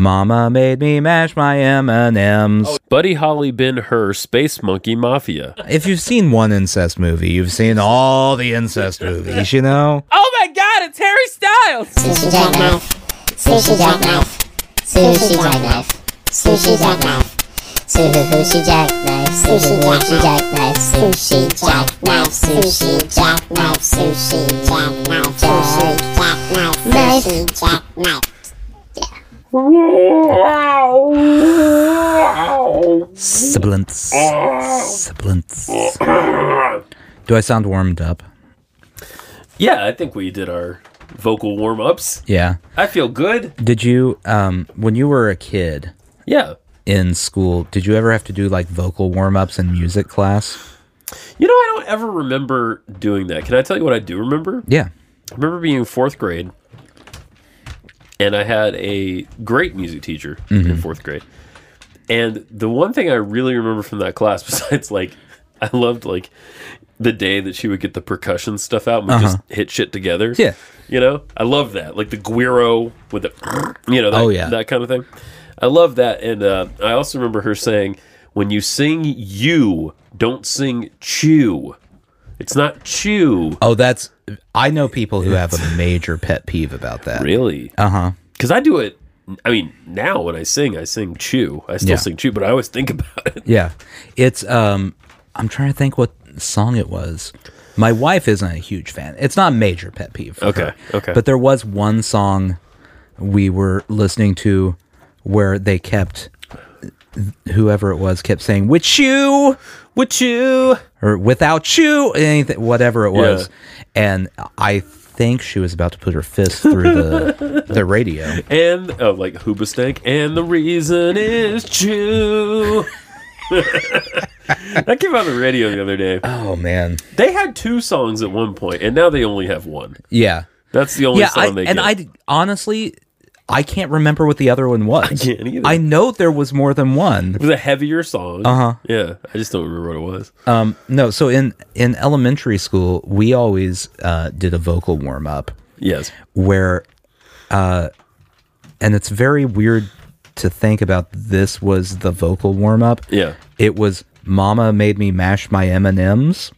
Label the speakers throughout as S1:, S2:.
S1: Mama made me mash my M&Ms.
S2: Buddy Holly, Ben Hur, Space Monkey Mafia.
S1: If you've seen one incest movie, you've seen all the incest movies, you know?
S3: Oh my God, it's Harry Styles.
S4: Sushi jackknife. Sushi jackknife. Sushi jackknife. Sushi jackknife. Sushi jackknife. Sushi jackknife. Sushi jackknife. Sushi jackknife. Sushi jackknife. Sushi jackknife. Sushi jackknife.
S1: Sibilance. Sibilance. Do I sound warmed up?
S2: Yeah, I think we did our vocal warm ups.
S1: Yeah.
S2: I feel good.
S1: Did you, um, when you were a kid
S2: Yeah.
S1: in school, did you ever have to do like vocal warm ups in music class?
S2: You know, I don't ever remember doing that. Can I tell you what I do remember?
S1: Yeah.
S2: I remember being in fourth grade, and I had a great music teacher in fourth grade. And the one thing I really remember from that class, besides like, I loved like the day that she would get the percussion stuff out and we just hit shit together.
S1: Yeah.
S2: You know, I love that. Like the guiro with the, you know, that,
S1: Oh, yeah.
S2: that kind of thing. I love that. And uh, I also remember her saying, when you sing you, don't sing chew. It's not chew.
S1: Oh, that's, I know people who have a major pet peeve about that.
S2: Really?
S1: Uh huh.
S2: Because I do it. I mean, now when I sing, I sing chew. I still
S1: Yeah.
S2: sing chew, but I always think about it.
S1: Yeah. It's um I'm trying to think what song it was. My wife isn't a huge fan. It's not a major pet peeve. for
S2: Okay,
S1: her.
S2: okay.
S1: But there was one song we were listening to where they kept whoever it was kept saying with you
S2: With you.
S1: or without you anything whatever it was. And I think she was about to put her fist through the the radio.
S2: And, oh, like Hoobastank. And the reason is chew. that came out on the radio the other day.
S1: Oh man.
S2: They had two songs at one point, and now they only have one.
S1: Yeah.
S2: That's the only
S1: yeah,
S2: song
S1: I,
S2: they
S1: and
S2: get.
S1: I d- honestly, I can't remember what the other one was. I
S2: can't either.
S1: I know there was more than one.
S2: it was a heavier song. Uh
S1: Uh-huh.
S2: huh. Yeah, I just don't remember what it was.
S1: Um, no, so in in elementary school, we always uh, did a vocal warm up
S2: Yes.
S1: where, uh, and it's very weird to think about. This was the vocal warm up.
S2: Yeah.
S1: It was Mama made me mash my M and M's.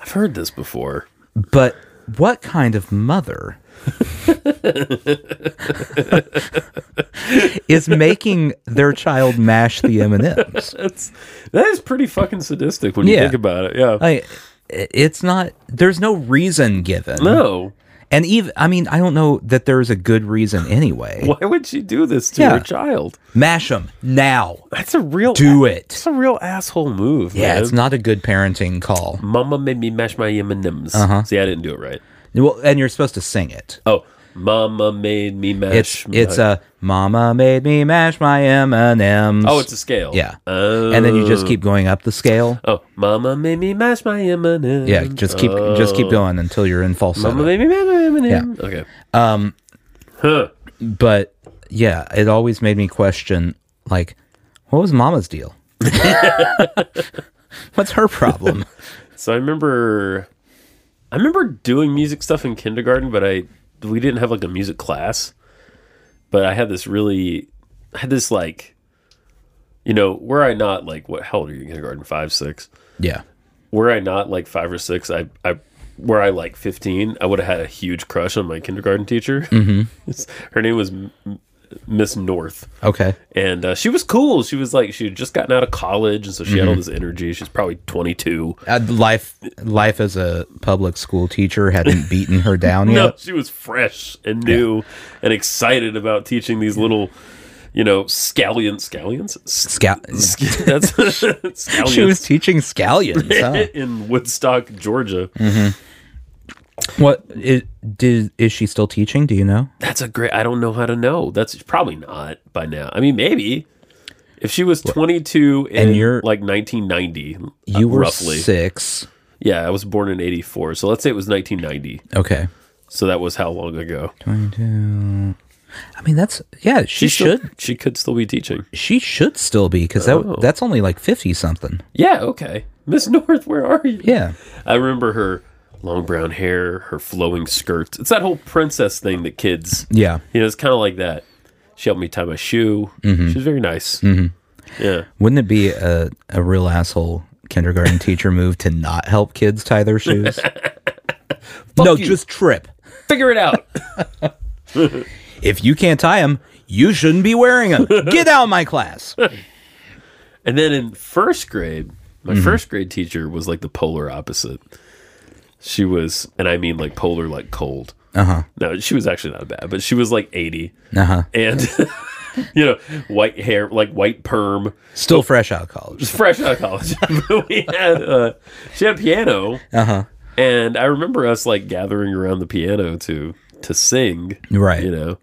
S2: I've heard this before.
S1: But what kind of mother is making their child mash the M&Ms?
S2: That's that is pretty fucking sadistic when you
S1: Yeah.
S2: think about it. Yeah.
S1: Like it's not there's no reason given.
S2: no.
S1: And even I mean I don't know that there's a good reason anyway.
S2: Why would she do this to
S1: Yeah.
S2: her child?
S1: Mash them now.
S2: That's a real
S1: Do it.
S2: It's a real asshole move.
S1: Yeah,
S2: man.
S1: it's not a good parenting call.
S2: Mama made me mash my M and M's.
S1: Uh-huh.
S2: See, I didn't do it right.
S1: Well, and you're supposed to sing it.
S2: Oh, Mama made me mash.
S1: It's
S2: my-
S1: it's um, a mama made me mash my M&Ms.
S2: oh, it's a scale.
S1: yeah.
S2: Oh.
S1: and then you just keep going up the scale.
S2: Oh, Mama made me mash my M and M's.
S1: Yeah, just keep just keep going until you're in falsetto.
S2: Oh. Mama made me mash my M and M's. Okay. Um. Huh.
S1: But yeah, it always made me question like, what was Mama's deal? What's her problem?
S2: So I remember, I remember doing music stuff in kindergarten, but I we didn't have like a music class. But I had this really, I had this like, you know, were I not like what? How old are you in kindergarten? Five, six.
S1: yeah,
S2: Were I not like five or six, I, I, were I like fifteen, I would have had a huge crush on my kindergarten teacher.
S1: Mm-hmm.
S2: Her name was M- M- Miss North
S1: okay,
S2: and uh, she was cool. She was like she had just gotten out of college, and so she had
S1: Mm-hmm.
S2: all this energy. She's probably twenty two.
S1: uh, life life as a public school teacher hadn't beaten her down yet.
S2: No, she was fresh and new and excited about teaching these little, you know, scallions. Scallions? S-
S1: Scal-
S2: sc- that's scallions
S1: she was teaching scallions. Huh?
S2: in Woodstock, Georgia.
S1: Mm. what it, did is she still teaching? Do you know?
S2: That's a great. I don't know how to know. That's probably not by now. I mean, maybe if she was twenty two in
S1: And you're-
S2: like nineteen ninety.
S1: You were
S2: Uh, roughly.
S1: six.
S2: Yeah, I was born in eighty four, so let's say it was nineteen ninety.
S1: Okay,
S2: So that was how long ago?
S1: twenty-two. I mean, that's yeah. She,
S2: still-
S1: should
S2: she could still be teaching.
S1: she should still be because that
S2: Oh.
S1: that's only like fifty something.
S2: Yeah, okay. Miss North, where are you?
S1: Yeah.
S2: I remember her long brown hair, her flowing skirts. It's that whole princess thing that kids,
S1: Yeah.
S2: you know, it's kind of like that. She helped me tie my shoe. She was very nice. Yeah.
S1: Wouldn't it be a, a real asshole kindergarten teacher move to not help kids tie their shoes? no,
S2: you.
S1: just trip.
S2: Figure it out.
S1: If you can't tie them, you shouldn't be wearing them. Get out of my class.
S2: And then in first grade, my first grade teacher was like the polar opposite. She was, and I mean like polar, like cold. Uh huh. No, she was actually not bad, but she was like 80.
S1: Uh huh.
S2: And, you know, white hair, like white perm,
S1: Still fresh out of college.
S2: fresh out of college. But we had, uh, she had a piano.
S1: Uh huh.
S2: And I remember us like gathering around the piano to, to sing.
S1: Right.
S2: You know,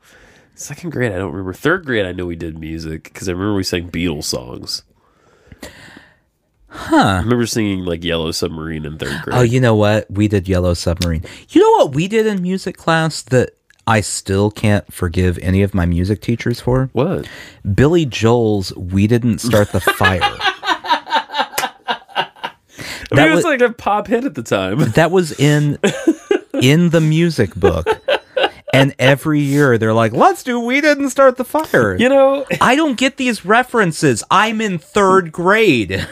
S2: second grade, I don't remember. Third grade, I know we did music because I remember we sang Beatles songs. I remember singing like Yellow Submarine in third grade.
S1: Oh, you know what? We did Yellow Submarine. You know what we did in music class that I still can't forgive any of my music teachers for?
S2: What?
S1: Billy Joel's We Didn't Start the Fire.
S2: I mean,
S1: That
S2: it was
S1: wa-
S2: like a pop hit at the time.
S1: that was in in the music book. And every year they're like, "Let's do We Didn't Start the Fire."
S2: You know,
S1: I don't get these references. I'm in 3rd grade.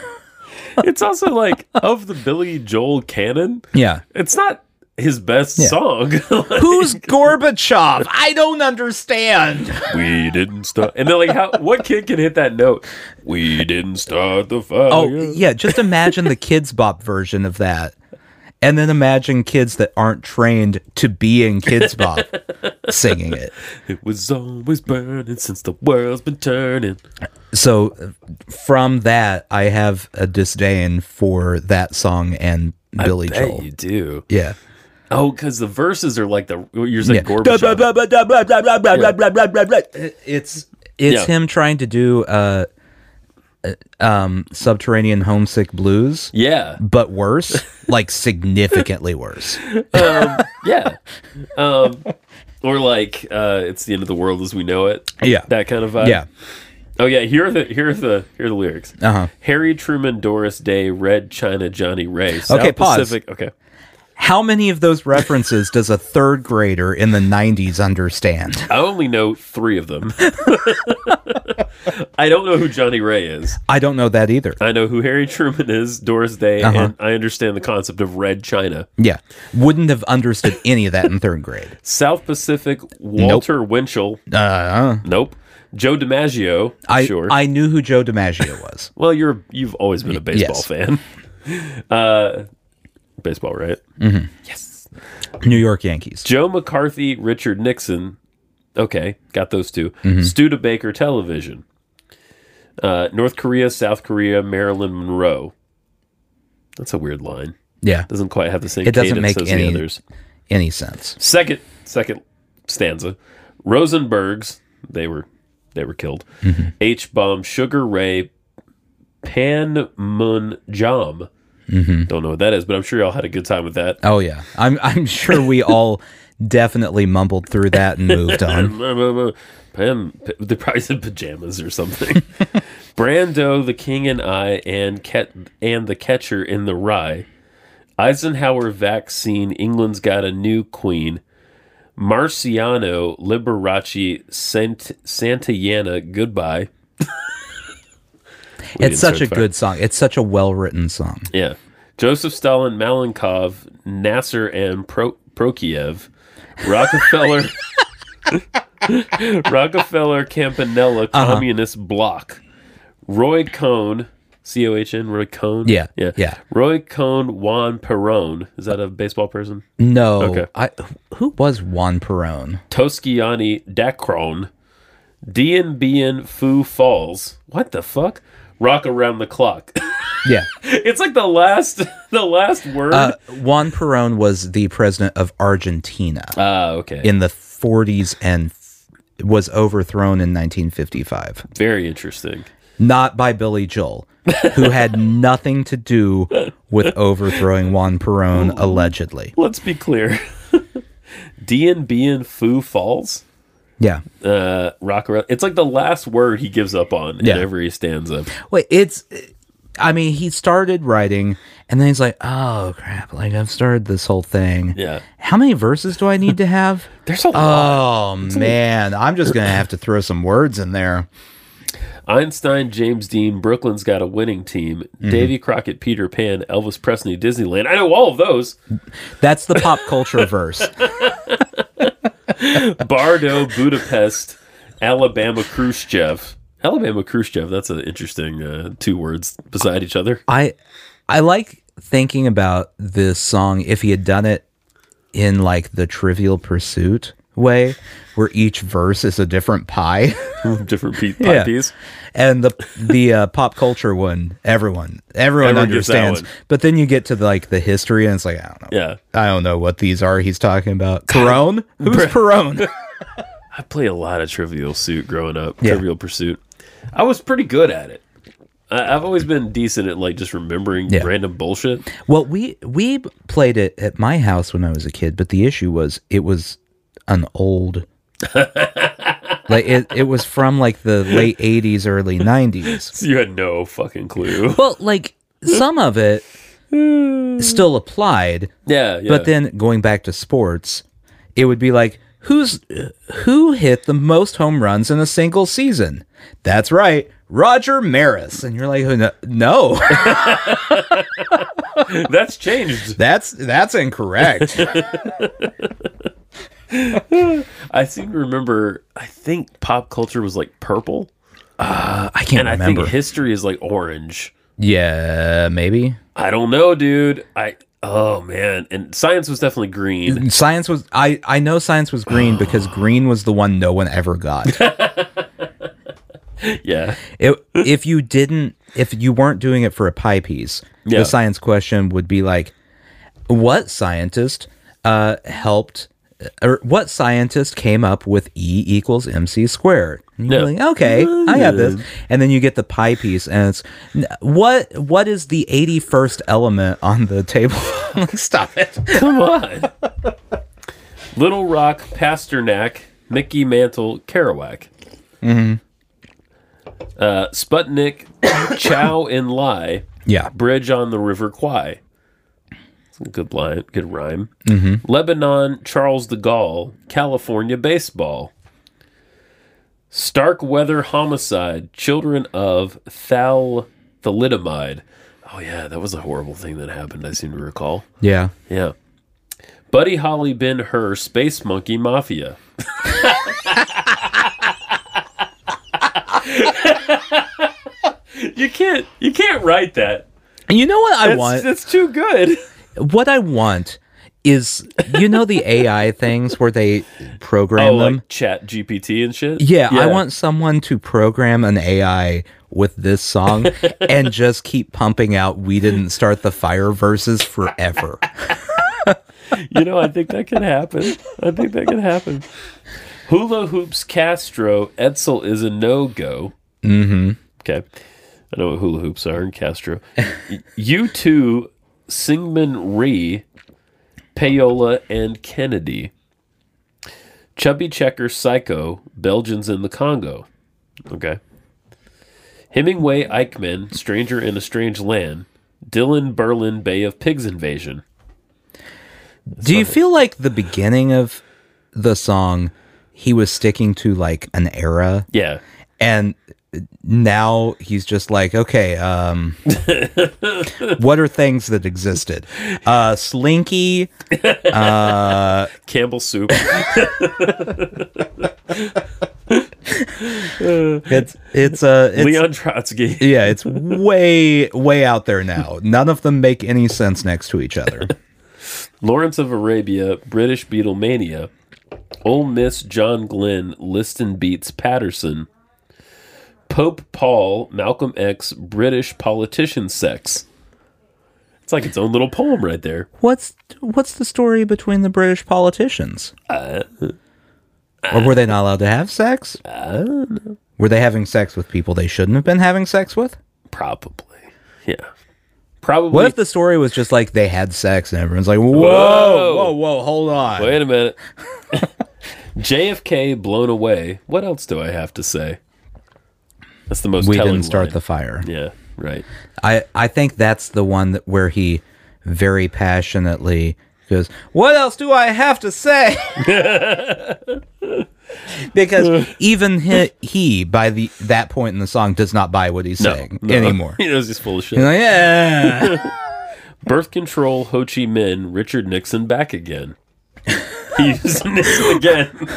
S2: it's also like of the Billy Joel canon,
S1: Yeah.
S2: it's not his best song. Like,
S1: Who's Gorbachev? I don't understand.
S2: we didn't start, and then like, how? What kid can hit that note? We didn't start the fire.
S1: Oh, yeah. Just imagine the Kids Bop version of that. And then imagine kids that aren't trained to be in Kids Bop singing it.
S2: It was always burning since the world's been turning.
S1: So, uh, from that, I have a disdain for that song and Billy
S2: Bet
S1: Joel.
S2: you do.
S1: Yeah.
S2: Oh, because the verses are like the what you're saying
S1: Yeah.
S2: Gorbachev.
S1: It's it's
S2: Yeah.
S1: him trying to do uh, uh, um, subterranean homesick blues,
S2: Yeah,
S1: but worse, like significantly worse.
S2: yeah. Um, or like uh, it's the end of the world as we know it.
S1: Yeah.
S2: that kind of vibe.
S1: yeah.
S2: Oh yeah. Here are the here are the here are the lyrics.
S1: Uh huh.
S2: Harry Truman, Doris Day, Red China, Johnny Ray. South
S1: Okay, pause.
S2: Pacific. Okay.
S1: How many of those references does a third grader in the '90s understand?
S2: I only know three of them. I don't know who Johnny Ray is.
S1: I don't know that either.
S2: I know who Harry Truman is, Doris Day,
S1: Uh-huh.
S2: and I understand the concept of Red China.
S1: Yeah, wouldn't have understood any of that in third grade.
S2: South Pacific, Walter Winchell.
S1: Uh,
S2: Nope. Joe DiMaggio.
S1: I
S2: sure.
S1: I knew who Joe DiMaggio was.
S2: Well, you're you've always been a baseball
S1: yes.
S2: fan. Uh, baseball, right?
S1: New York Yankees.
S2: Joe McCarthy, Richard Nixon. Okay, got those 2
S1: Mm-hmm.
S2: Studebaker Television. Uh, North Korea, South Korea, Marilyn Monroe. That's a weird line.
S1: Yeah,
S2: Doesn't quite have the same
S1: It doesn't
S2: cadence
S1: make
S2: as
S1: any-
S2: the others.
S1: any sense?
S2: Second, second stanza. Rosenbergs. They were, they were killed.
S1: Mm-hmm.
S2: H bomb, Sugar Ray, Panmunjom.
S1: Mm-hmm.
S2: Don't know what that is, but I'm sure y'all had a good time with that.
S1: Oh yeah, I'm I'm sure we all definitely mumbled through that and moved on.
S2: Pam, they probably said pajamas or something. Brando, the King and I, and Ket, and the Catcher in the Rye. Eisenhower vaccine. England's got a new queen. Marciano, Liberace, Sant- Santayana. Goodbye. We didn't
S1: It's such a
S2: start fire.
S1: good song. It's such a well written song.
S2: yeah. Joseph Stalin, Malenkov, Nasser, and Pro- Prokiev, Rockefeller, Rockefeller, Campanella,
S1: Uh-huh.
S2: Communist Bloc, Roy Cohn, C O H N, Roy Cohn.
S1: Yeah,
S2: yeah,
S1: yeah.
S2: Roy Cohn, Juan Perón. Is that a baseball person?
S1: No,
S2: Okay.
S1: I who was Juan Perón?
S2: Tosciani Dacron, DNBN Foo Falls. What the fuck? Rock around the clock.
S1: Yeah,
S2: it's like the last, the last word.
S1: uh, Juan Perón was the president of Argentina.
S2: Ah, okay.
S1: in the 40s and f- was overthrown in 1955.
S2: Very interesting.
S1: Not by Billy Joel, who had nothing to do with overthrowing Juan Perón, allegedly.
S2: Let's be clear. DNB and Foo Falls,
S1: Yeah.
S2: uh, rock around. It's like the last word he gives up on in
S1: Yeah.
S2: every stanza.
S1: Wait, it's I mean, he started writing, and then he's like, "Oh crap! Like I've started this whole thing.
S2: Yeah.
S1: How many verses do I need to have?
S2: There's a lot.
S1: oh man, I'm just gonna have to throw some words in there.
S2: Einstein, James Dean, Brooklyn's got a winning team.
S1: Mm-hmm.
S2: Davy Crockett, Peter Pan, Elvis Presley, Disneyland. I know all of those.
S1: That's the pop culture verse.
S2: Bardo, Budapest, Alabama, Khrushchev. Alabama, Khrushchev. That's an interesting uh, two words beside each other.
S1: I I like thinking about this song if he had done it in like the Trivial Pursuit way, where each verse is a different pie.
S2: Different pe-
S1: Yeah.
S2: pie piece.
S1: and the the uh, pop culture one, everyone everyone,
S2: Everyone gets that
S1: understands.
S2: one.
S1: But then you get to like the history, and it's like I don't know,
S2: Yeah.
S1: I don't know what these are. He's talking about Perone. Who's Perone?
S2: I played a lot of Trivial Suit growing up. Trivial Pursuit. I was pretty good at it. I, I've always been decent at like just remembering
S1: Yeah.
S2: random bullshit.
S1: well, we we played it at my house when I was a kid, but the issue was it was an old. like it, it was from like the late 80s early 90s
S2: You had no fucking clue.
S1: well like some of it still applied
S2: Yeah, yeah.
S1: But then going back to sports, it would be like who's who hit the most home runs in a single season? That's right, Roger Maris. And you're like, "No, no,
S2: that's changed.
S1: that's that's incorrect.
S2: I seem to remember. I think pop culture was like purple,
S1: I can't
S2: and I
S1: remember.
S2: think history is like orange.
S1: yeah, maybe
S2: I don't know, dude. I oh man, and science was definitely green.
S1: science was. I I know science was green because green was the one no one ever got.
S2: yeah,
S1: it,
S2: Hmm?
S1: if you didn't if you weren't doing it for a pie piece
S2: Yeah.
S1: the science question would be like what scientist uh helped or what scientist came up with e equals mc squared And you're
S2: Yeah.
S1: like, okay i got this and then you get the pie piece and it's n- what what is the 81st element on the table I'm like stop it
S2: come on. Little Rock, Pasternak, Mickey Mantle, Kerouac, uh, Sputnik, Chow and Lai,
S1: yeah
S2: Bridge on the River Kwai. It's a Good line, good rhyme. Mm-hmm. Lebanon, Charles de Gaulle, California baseball. Stark weather homicide, children of thalidomide. Oh yeah, that was a horrible thing that happened. I seem to recall.
S1: yeah
S2: Yeah, Buddy Holly, Ben Hur, Space Monkey Mafia. you can't, you can't write that.
S1: and you know what i
S2: It's
S1: want
S2: too good.
S1: what I want is you know the AI things where they program
S2: Oh,
S1: them.
S2: like Chat GPT and shit.
S1: yeah, I want someone to program an AI with this song and just keep pumping out "We Didn't Start the Fire" verses forever.
S2: You know, I think that could happen. I think that could happen. Hula hoops Castro Edsel is a no go. Mm-hmm. Okay, I know what hula hoops are in Castro. you two, Syngman Rhee, Payola, and Kennedy. Chubby Checker Psycho, Belgians in the Congo. Okay. Hemingway Eichmann, Stranger in a Strange Land. Dylan Berlin, Bay of Pigs Invasion.
S1: Do you feel like the beginning of the song he was sticking to like an era,
S2: Yeah.
S1: and now he's just like, okay, um, what are things that existed? Uh, slinky.
S2: Campbell soup.
S1: It's it's a it's,
S2: Leon Trotsky.
S1: Yeah, it's way way out there now. None of them make any sense next to each other.
S2: Lawrence of Arabia, British Beatlemania, Ole Miss John Glenn, Liston Beats Patterson, Pope Paul, Malcolm X, British politician sex. It's like its own little poem right there.
S1: What's what's the story between the British politicians? or were they not allowed to have sex? Were they having sex with people they shouldn't have been having sex with?
S2: Probably. Yeah. Probably.
S1: What if the story was just like they had sex and everyone's like, "Whoa, whoa, whoa, hold on."
S2: Wait a minute. JFK blown away. What else do I have to say? That's the most
S1: we
S2: telling
S1: didn't start
S2: line.
S1: the fire.
S2: Yeah. Right.
S1: I I think that's the one that where he very passionately goes, "What else do I have to say?" because even he, he by the that point in the song does not buy what he's saying
S2: No.
S1: anymore.
S2: He knows he's full of shit.
S1: He's like, yeah.
S2: Birth control, Ho Chi Minh, Richard Nixon back again. He's Nixon again.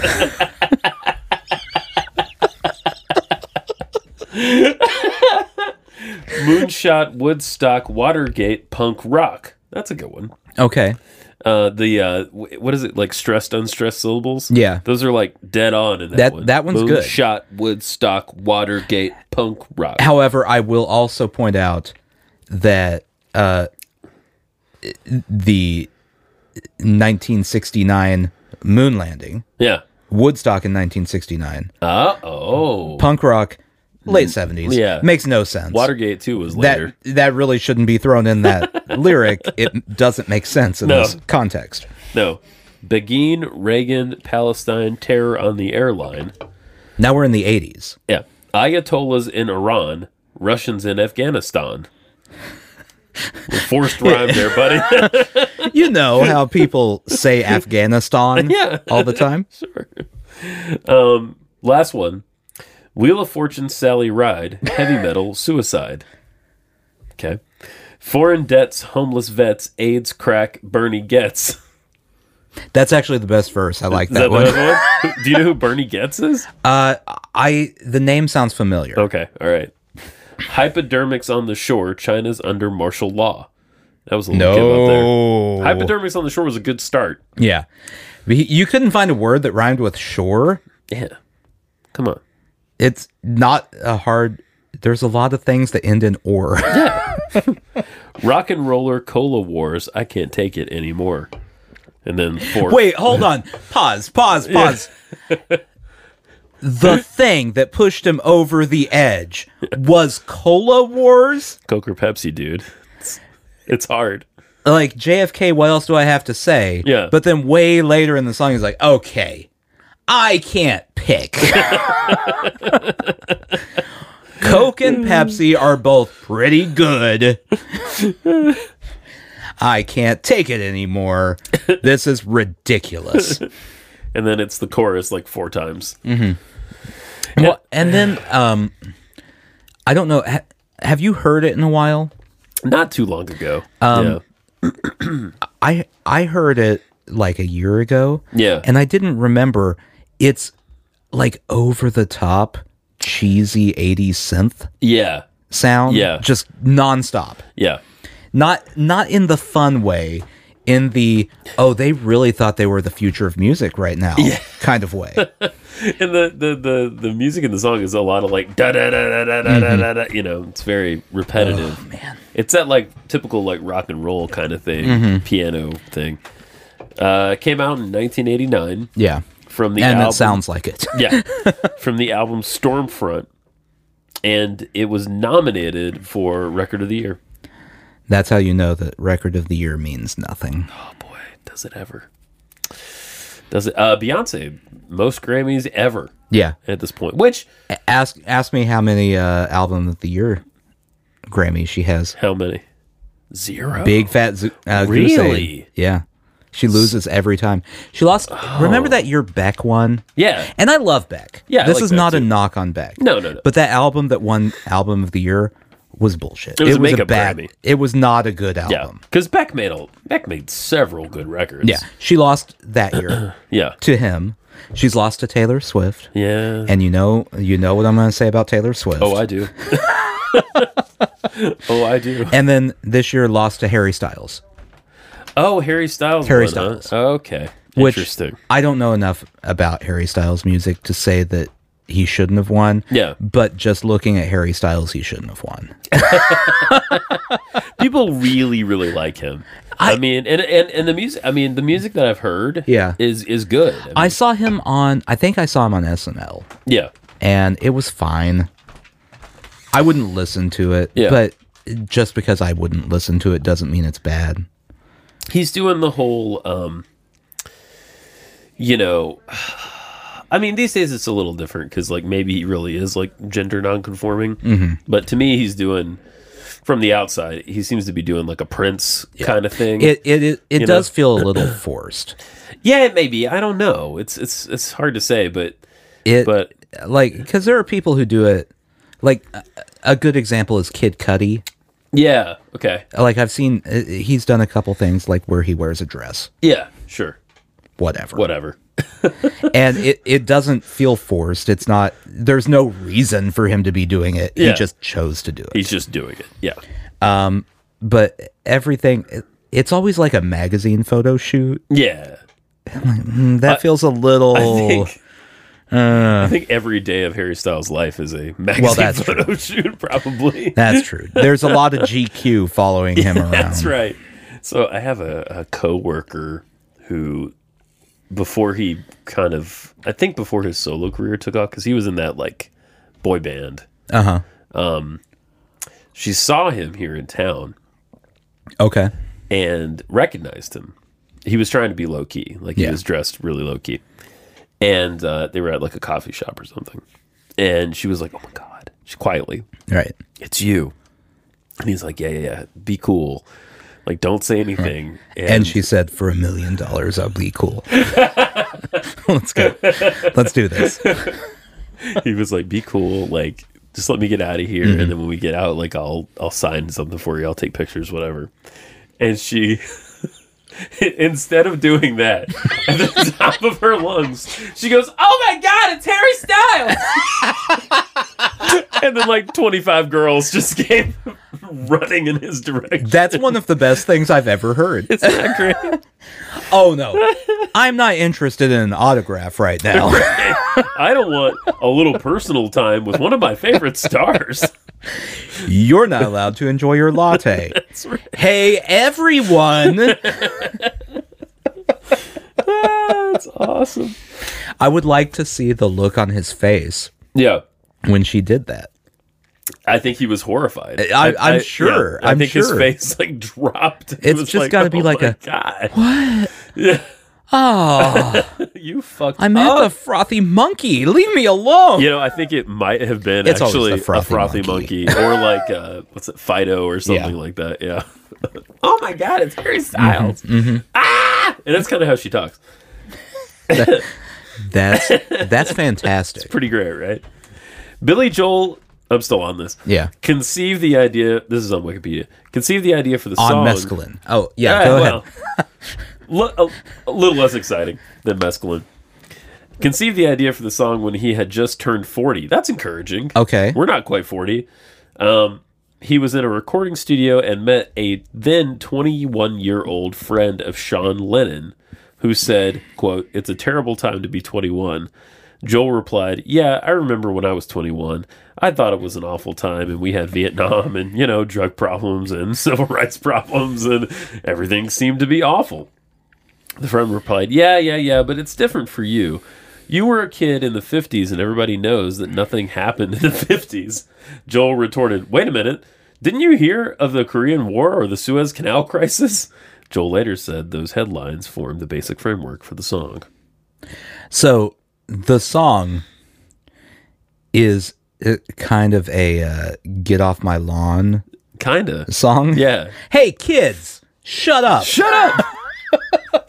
S2: Moonshot, Woodstock, Watergate, punk rock. That's a good one.
S1: okay.
S2: Uh, the uh, wh- what is it like? Stressed, unstressed syllables.
S1: Yeah.
S2: those are like dead on in that,
S1: That-
S2: one.
S1: that one's good.
S2: Moonshot, Woodstock, Watergate, punk rock.
S1: However, I will also point out that uh, the 1969 moon landing,
S2: yeah.
S1: Woodstock in 1969,
S2: Uh oh.
S1: punk rock, late 70s,
S2: Mm. yeah.
S1: makes no sense.
S2: Watergate too was later.
S1: that that really shouldn't be thrown in that lyric. It doesn't make sense in
S2: No.
S1: this context.
S2: No. Begin, Reagan, Palestine, terror on the airline.
S1: Now we're in the 80s.
S2: Yeah. Ayatollahs in Iran, Russians in Afghanistan. Little Forced rhyme there, buddy.
S1: You know how people say Afghanistan
S2: Yeah.
S1: all the time.
S2: Last one. Wheel of Fortune, Sally Ride, heavy metal, suicide. Okay. Foreign debts, homeless vets, AIDS, crack, Bernie Getz.
S1: That's actually the best verse. I like
S2: Is
S1: that,
S2: that the
S1: one.
S2: other one? Do you know who Bernie Getz is?
S1: Uh, I the name sounds familiar.
S2: Okay, all right. Hypodermics on the shore. China's under martial law. That was a little kid out
S1: No.
S2: there. Hypodermics on the shore was a good start.
S1: Yeah. But he- You couldn't find a word that rhymed with shore.
S2: Yeah, come on.
S1: It's not a hard. There's a lot of things that end in or.
S2: Rock and roller cola wars. I can't take it anymore. And then four.
S1: Wait, hold on. Pause, pause, pause. the thing that pushed him over the edge was Cola Wars?
S2: Coke or Pepsi, dude. It's, it's hard.
S1: Like, JFK, what else do I have to say?
S2: Yeah.
S1: But then way later in the song, he's like, okay, I can't pick. Coke and Pepsi are both pretty good. I can't take it anymore. This is ridiculous.
S2: And then it's the chorus like four times.
S1: Well, and then um, I don't know. Ha- have you heard it in a while?
S2: Not too long ago.
S1: Um, I I heard it like a year ago.
S2: Yeah.
S1: and I didn't remember. It's like over the top, cheesy '80s synth
S2: yeah.
S1: sound.
S2: Yeah.
S1: just nonstop.
S2: Yeah.
S1: Not not in the fun way. In the oh, they really thought they were the future of music right now, kind of way.
S2: Yeah. And the, the, the, the music in the song is a lot of like da da da da da da da da da. You know, it's very repetitive.
S1: Mm-hmm. Oh, Man,
S2: It's that like typical like rock and roll kind of thing,
S1: Mm-hmm.
S2: piano thing. Uh, came out in 1989
S1: yeah,
S2: from the
S1: and
S2: album.
S1: it sounds like it.
S2: yeah, from the album Stormfront, and it was nominated for Record of the Year.
S1: That's how you know that record of the year means nothing.
S2: Oh boy, does it ever? Does it? Uh, Beyonce most Grammys ever
S1: Yeah,
S2: at this point, which
S1: ask ask me how many uh, album of the year Grammy she has.
S2: how many? Zero.
S1: Big fat zo- uh, goose egg.
S2: Really?
S1: Yeah, she loses every time. She lost. Remember that year Beck won.
S2: Yeah.
S1: And I love Beck.
S2: Yeah, I
S1: this
S2: like
S1: is
S2: Beck
S1: not a
S2: too.
S1: knock on Beck.
S2: No, no, no.
S1: But that album that won album of the year was bullshit.
S2: It was a makeup
S1: bad.
S2: Grammy.
S1: It was not a good
S2: Yeah,
S1: album.
S2: because Beck made a, Beck made several good records.
S1: yeah. She lost that year
S2: yeah,
S1: to him. She's lost to Taylor Swift.
S2: yeah.
S1: And you know, you know what I'm going to say about Taylor Swift.
S2: Oh, I do. oh, I do.
S1: and then this year lost to Harry Styles.
S2: Oh, Harry Styles.
S1: Harry
S2: won, huh?
S1: Styles.
S2: Okay.
S1: Which
S2: Interesting.
S1: I don't know enough about Harry Styles' music to say that he shouldn't have won.
S2: Yeah.
S1: But just looking at Harry Styles, he shouldn't have won.
S2: People really, really like him. I, mean, and, and and the music. I mean, the music that I've heard.
S1: Yeah.
S2: Is is good. I mean,
S1: I saw him on, I think I saw him on SNL,
S2: yeah.
S1: and it was fine. I wouldn't listen to it,
S2: Yeah.
S1: but just because I wouldn't listen to it doesn't mean it's bad.
S2: He's doing the whole. um You know. I mean, these days it's a
S1: Mm-hmm.
S2: little different because, like, maybe he really is like gender nonconforming. But to me, he's doing from the outside, he seems to be doing like a Prince kind of thing.
S1: It it it, it
S2: You
S1: does
S2: know?
S1: feel a little forced.
S2: yeah, it may be. I don't know. It's it's it's hard to say, but
S1: It
S2: but
S1: like because there are people who do it. Like a- a good example is Kid Cudi.
S2: yeah, okay,
S1: Like I've seen, uh, he's done a couple things like where he wears a dress,
S2: yeah, sure,
S1: whatever,
S2: whatever.
S1: and it it doesn't feel forced. It's not. There's no reason for him to be doing it. He
S2: Yeah.
S1: just chose to do it.
S2: He's just doing it. Yeah,
S1: but everything, it- it's always like a magazine photo shoot.
S2: yeah.
S1: Mm, That feels a little.
S2: I think. I think every day of Harry Styles' life is a magazine
S1: Uh. that's
S2: photo shoot, probably.
S1: That's true. There's a lot of GQ following him around.
S2: That's right. Um, So I have a, a coworker who, before he kind of, I think before his solo career took off, because he was in that like boy band.
S1: Uh huh.
S2: She saw him here in town
S1: Okay.
S2: and recognized him. He was trying to be low key, like he
S1: Yeah.
S2: was dressed really low key. And uh, they were at like a coffee shop or something. And she was like, "Oh my god!" She quietly,
S1: Right.
S2: "It's you." And he's like, "Yeah, yeah, yeah. Be cool. Like, don't say anything."
S1: And she said, "For a million dollars, I'll be cool." Let's go. Let's do this.
S2: he was like, "Be cool, like just let me get out of here, and then when we get out, like I'll I'll sign something for you, I'll take pictures, whatever." And she, instead of doing that, at the top of her lungs, she goes, "Oh my god!"
S3: It's Harry Styles.
S2: "Ah," And then like twenty five girls just came running in his direction.
S1: That's one of the best things I've ever heard.
S2: Isn't that great?
S1: Oh no, I'm not interested in an autograph right now.
S2: I don't want a little personal time with one of my favorite stars.
S1: You're not allowed to enjoy your latte.
S2: That's right.
S1: Hey everyone,
S2: That's awesome.
S1: I would like to see the look on his face
S2: Yeah.
S1: when she did that.
S2: I think he was horrified.
S1: I- I'm sure.
S2: I
S1: I'm
S2: think his
S1: sure.
S2: face like dropped. It
S1: It's
S2: was
S1: just gotta
S2: oh
S1: be like
S2: my
S1: a-
S2: God.
S1: What?
S2: Yeah,
S1: Oh,
S2: you fucked.
S1: I'm at the frothy monkey. Leave me alone.
S2: You know, I think it might have been
S1: It's always
S2: actually
S1: the frothy
S2: a frothy monkey,
S1: monkey.
S2: or like uh, what's it, Fido or something
S1: Yeah. Mm-hmm,
S2: like that. Yeah. oh my God! It's Harry Styles. Ah! And that's kind of how she talks.
S1: That's that's fantastic.
S2: Pretty great, right? Billy Joel. I'm still on this.
S1: Yeah.
S2: Conceived the idea. This is on Wikipedia. Conceived the idea for the
S1: On
S2: song
S1: mescaline. Oh yeah,
S2: Uh,
S1: go
S2: well,
S1: ahead.
S2: li- a, a little less exciting than mescaline. Conceived the idea for the song when he had just turned 40. That's encouraging.
S1: Okay.
S2: We're not quite 40. Um, he was in a recording studio and met a then 21 year old friend of Sean Lennon who said, quote, It's a terrible time to be 21. Joel replied, Yeah, I remember when I was 21. I thought it was an awful time, and we had Vietnam and, you know, drug problems and civil rights problems, and everything seemed to be awful. The friend replied, Yeah, yeah, yeah, but it's different for you. You were a kid in the 50s, and everybody knows that nothing happened in the 50s. Joel retorted, Wait a minute. Didn't you hear of the Korean War or the Suez Canal crisis? Joel later said those headlines formed the basic framework for the song.
S1: So the song is uh, kind of a uh, get off my lawn
S2: Kinda.
S1: song.
S2: Yeah.
S1: Hey kids, shut up.
S2: Shut up!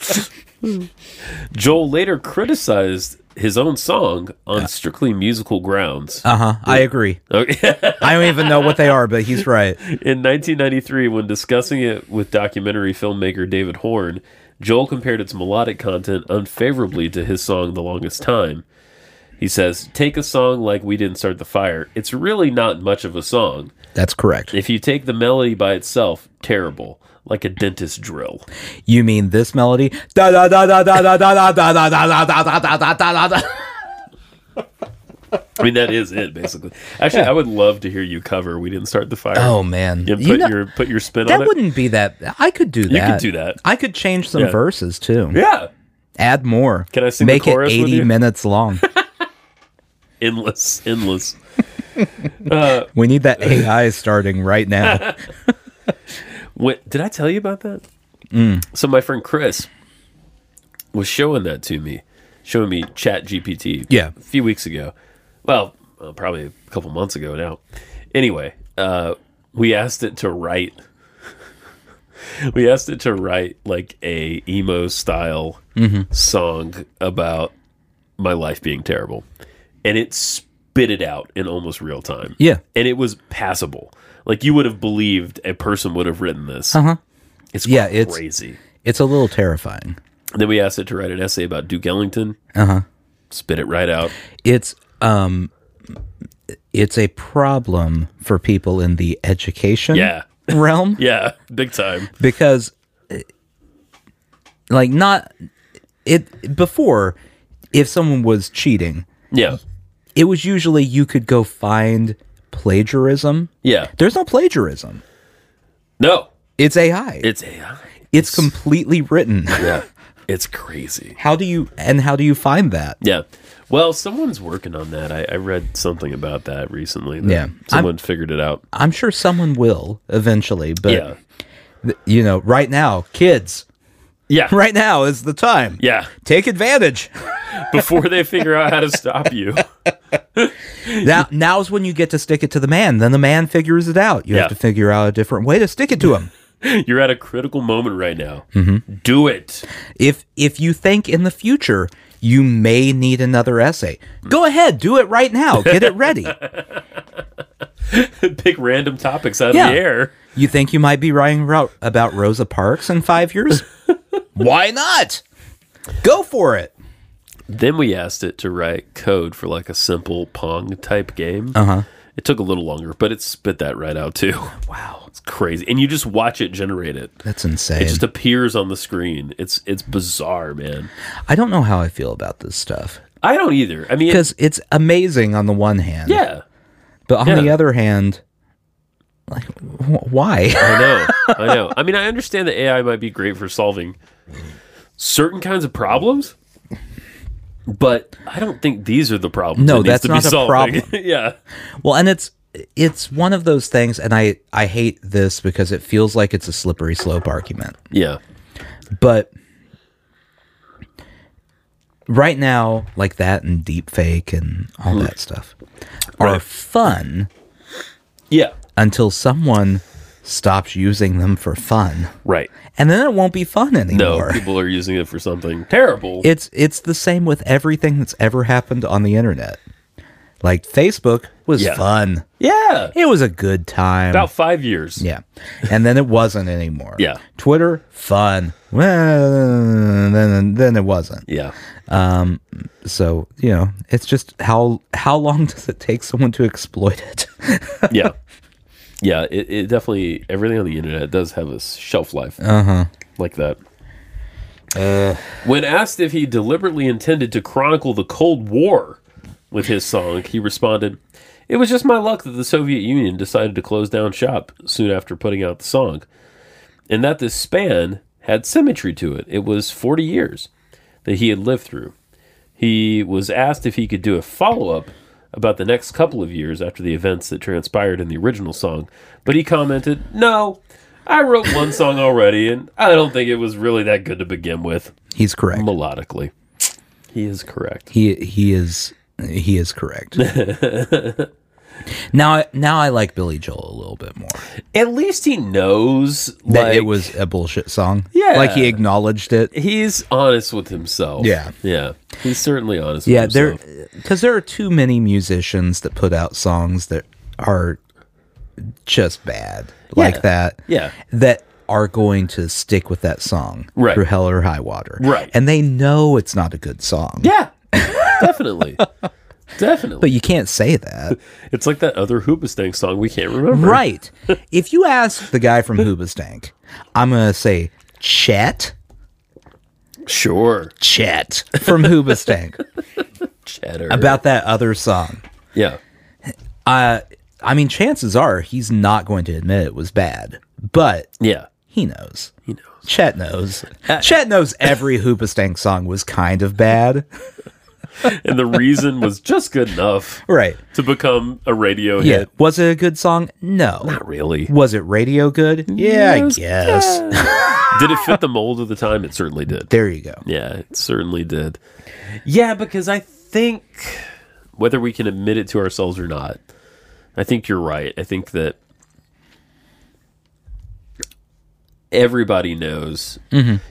S2: Joel later criticized his own song on strictly musical grounds.
S1: Uh huh. I agree.
S2: Okay.
S1: I don't even know what they are, but he's right.
S2: In 1993, when discussing it with documentary filmmaker David Horn, Joel compared its melodic content unfavorably to his song The Longest Time. He says, Take a song like We Didn't Start the Fire. It's really not much of a song.
S1: That's correct.
S2: If you take the melody by itself, terrible, like a dentist drill.
S1: You mean this melody? Da da da da da da da da da da da da da da da da da da.
S2: I mean, that is it, basically. Actually, I would love to hear you cover We Didn't Start the Fire.
S1: Oh man,
S2: And put,
S1: You know-
S2: your, put your spin
S1: that
S2: on it.
S1: wouldn't be that. I could do that.
S2: could do that.
S1: I could change some
S2: Yeah.
S1: verses too.
S2: Yeah.
S1: Add more.
S2: Can I sing the
S1: Make
S2: chorus
S1: it
S2: with
S1: eighty
S2: you?
S1: minutes long?
S2: Endless, endless.
S1: we need that AI starting right now.
S2: What did I tell you about that? So my friend Chris was showing that to me, showing me Chat GPT.
S1: Yeah.
S2: a few weeks ago. Well, uh, probably a couple months ago now. Anyway, uh, we asked it to write we asked it to write like a emo style song about my life being terrible and it spit it out in almost real time
S1: Yeah.
S2: and it was passable like you would have believed a person would have written this
S1: Uh huh.
S2: it's
S1: Yeah, it's-
S2: crazy
S1: It's a little terrifying.
S2: and then we asked it to write an essay about duke ellington uh-huh spit it right out
S1: It's um, it's a problem for people in the education
S2: yeah
S1: realm
S2: yeah big time
S1: because, uh, like, not it before. If someone was cheating,
S2: yeah
S1: it was usually you could go find plagiarism.
S2: yeah
S1: There's no plagiarism.
S2: no
S1: It's AI.
S2: it's AI.
S1: it's completely written.
S2: yeah it's crazy
S1: How do you and how do you find that?
S2: Yeah. Well, someone's working on that. I, I read something about that recently. that
S1: Yeah.
S2: Someone figured it out.
S1: I'm sure someone will eventually, but
S2: yeah.
S1: you know, right now, kids,
S2: Yeah.
S1: right now is the time.
S2: Yeah.
S1: Take advantage.
S2: Before they figure out how to stop you.
S1: now, now's when you get to stick it to the man. Then the man figures it out. You
S2: Yeah.
S1: have to figure out a different way to stick it to him.
S2: You're at a critical moment right now.
S1: Mm-hmm.
S2: Do it.
S1: if if you think in the future you may need another essay, go ahead, do it right now. Get it ready.
S2: Pick random topics out
S1: Yeah.
S2: of the air.
S1: you think you might be writing ro- about Rosa Parks in five years? Why not? Go for it.
S2: Then we asked it to write code for like a simple Pong type game.
S1: Oh.
S2: Uh
S1: Uh-huh.
S2: huh. It took a little longer, but it spit that right out too. Wow. It's crazy. And you just watch it generate it.
S1: That's insane.
S2: It just appears on the screen. It's it's bizarre, man.
S1: I don't know how I feel about this stuff
S2: I don't either. I mean, it-
S1: because it's amazing on the one hand,
S2: yeah.
S1: but on the
S2: yeah.
S1: other hand, like wh- why?
S2: I know. I know. I mean, I understand that AI might be great for solving certain kinds of problems, but I don't think these are the problems.
S1: No,
S2: it needs
S1: that's
S2: to be
S1: not a
S2: solving.
S1: problem.
S2: yeah.
S1: well, and it's it's one of those things, and I I hate this because it feels like it's a slippery slope argument.
S2: Yeah.
S1: but right now like that and deep fake and all that stuff are
S2: Right.
S1: fun
S2: Yeah.
S1: until someone stops using them for fun
S2: Right.
S1: and then it won't be fun
S2: No,
S1: anymore
S2: people are using it for something terrible.
S1: it's it's the same with everything that's ever happened on the internet like facebook was
S2: Yeah.
S1: fun
S2: yeah.
S1: it was a good time
S2: About five years.
S1: yeah and then it wasn't anymore
S2: Yeah.
S1: twitter fun well then then it wasn't
S2: Yeah.
S1: So you know, it's just how how long does it take someone to exploit it?
S2: Yeah. Yeah. It, it definitely, everything on the internet does have a shelf life. Uh
S1: Uh-huh.
S2: huh. Like that.
S1: Uh.
S2: When asked if he deliberately intended to chronicle the Cold War with his song, he responded, It was just my luck that the Soviet Union decided to close down shop soon after putting out the song, and that this span had symmetry to it. It was 40 years that he had lived through. He was asked if he could do a follow up about the next couple of years after the events that transpired in the original song, but he commented, No, I wrote one song already, and I don't think it was really that good to begin with
S1: He's correct.
S2: melodically. He is correct.
S1: He he is he is correct. now I- now I like Billy Joel a little bit more.
S2: At least he knows
S1: That
S2: like,
S1: it was a bullshit song.
S2: Yeah.
S1: like he acknowledged it.
S2: He's honest with himself.
S1: Yeah.
S2: yeah. He's certainly honest.
S1: Yeah,
S2: with
S1: there
S2: himself.
S1: because there are too many musicians that put out songs that are just bad like
S2: Yeah.
S1: that.
S2: Yeah.
S1: that are going to stick with that song
S2: Right.
S1: through hell or high water.
S2: Right.
S1: and they know it's not a good song.
S2: Yeah, definitely, definitely.
S1: But you can't say that.
S2: it's like that other Hoobastank song we can't remember.
S1: right. If you ask the guy from Hoobastank, I'm going to say Chet,
S2: Sure.
S1: Chet from Hoobastank
S2: Cheddar.
S1: about that other song.
S2: yeah.
S1: Uh, I mean, chances are he's not going to admit it was bad, but
S2: Yeah.
S1: he knows. He knows. Chet knows. Chet knows every Hoobastank song was kind of bad.
S2: And the reason was just good enough
S1: Right.
S2: to become a radio
S1: Yeah.
S2: hit.
S1: Was it a good song? No.
S2: Not really.
S1: Was it radio good? Yeah, I guess.
S2: Did it fit the mold of the time? It certainly did.
S1: There you go.
S2: Yeah, it certainly did. Yeah, because I think whether we can admit it to ourselves or not, I think you're right. I think that everybody knows.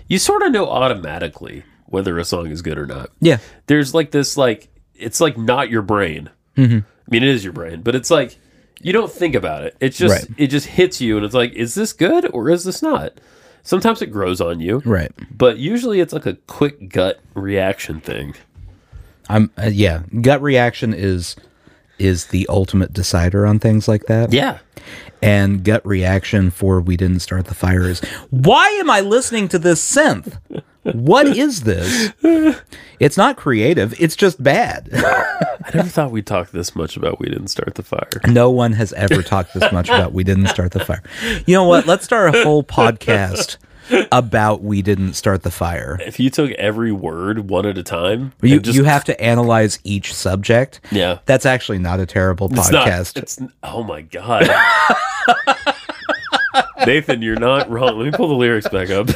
S2: You sort of know automatically whether a song is good or not.
S1: Yeah.
S2: There's like this like it's like not your brain.
S1: Mm-hmm.
S2: I mean, it is your brain, but it's like you don't think about it. It's just
S1: Right.
S2: it just hits you, and it's like, is this good or is this not? Sometimes it grows on you,
S1: Right.
S2: But usually it's like a quick gut reaction thing.
S1: I'm uh, yeah. Gut reaction is is the ultimate decider on things like that.
S2: Yeah,
S1: And gut reaction for we didn't start the fire is why am I listening to this synth? What is this? It's not creative. It's just bad.
S2: I never thought we'd talk this much about we didn't start the fire.
S1: No one has ever talked this much about we didn't start the fire. You know what? Let's start a whole podcast about we didn't start the fire.
S2: If you took every word one at a time,
S1: You
S2: and just-
S1: you have to analyze each subject.
S2: Yeah.
S1: That's actually not a terrible
S2: it's not-
S1: podcast.
S2: it's oh my god, Nathan, you're not wrong. Let me pull the lyrics back up.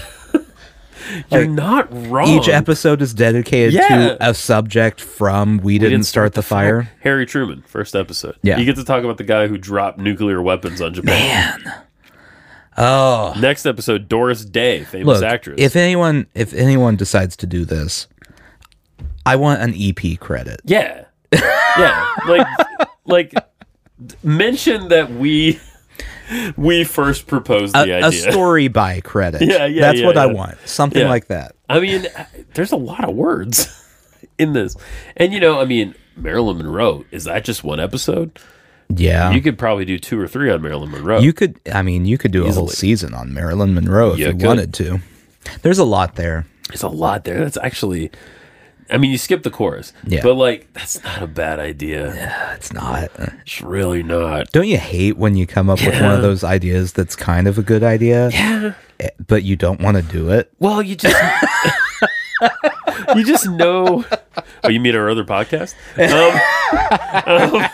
S2: you're not wrong.
S1: each episode is dedicated
S2: Yeah.
S1: to a subject from we didn't, start, the fire.
S2: Harry Truman, first episode.
S1: Yeah.
S2: You get to talk about the guy who dropped nuclear weapons on Japan.
S1: Man. Oh,
S2: Next episode, Doris Day, famous
S1: look.
S2: actress.
S1: If anyone if anyone decides to do this, I want an EP credit.
S2: yeah. Yeah. Like like mention that we we first proposed the
S1: A, a
S2: idea.
S1: story by credit.
S2: Yeah, yeah,
S1: That's
S2: yeah,
S1: what I
S2: yeah.
S1: want. Something
S2: Yeah.
S1: like that.
S2: I mean, there's a lot of words in this. And you know, I mean, Marilyn Monroe, is that just one episode?
S1: Yeah.
S2: You could probably do two or three on Marilyn Monroe.
S1: You could, I mean, you could do a whole season on Marilyn Monroe if
S2: You
S1: you,
S2: could.
S1: wanted to. There's a lot there.
S2: There's a lot there. That's actually, I mean, you skip the chorus,
S1: Yeah.
S2: but like, that's not a bad idea.
S1: It's not.
S2: It's really not.
S1: Don't you hate when you come up with one of those ideas that's kind of a good idea,
S2: Yeah.
S1: eh, but you don't want to do it?
S2: Well, you just, you just know. Oh, you mean our other podcast? Um, um,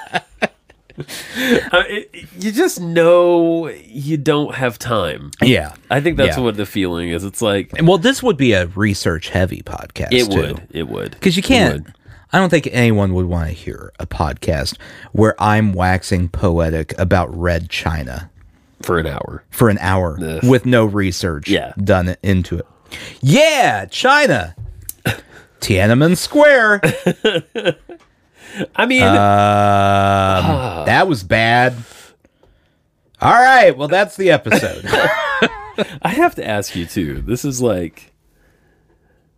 S2: uh, it- it- you just know you don't have time.
S1: Yeah.
S2: I think that's
S1: Yeah.
S2: what the feeling is. It's like
S1: Well, this would be a research heavy podcast.
S2: it would, it would,
S1: Because you
S2: It
S1: can't.
S2: would.
S1: I don't think anyone would want to hear a podcast where I'm waxing poetic about Red China
S2: for an hour.
S1: for an hour
S2: Ugh.
S1: with no research
S2: Yeah.
S1: done into it. Yeah, China. Tiananmen Square.
S2: I mean,
S1: Uh,
S2: Uh.
S1: Um, that was bad. All right, well that's the episode.
S2: I have to ask you too. This is like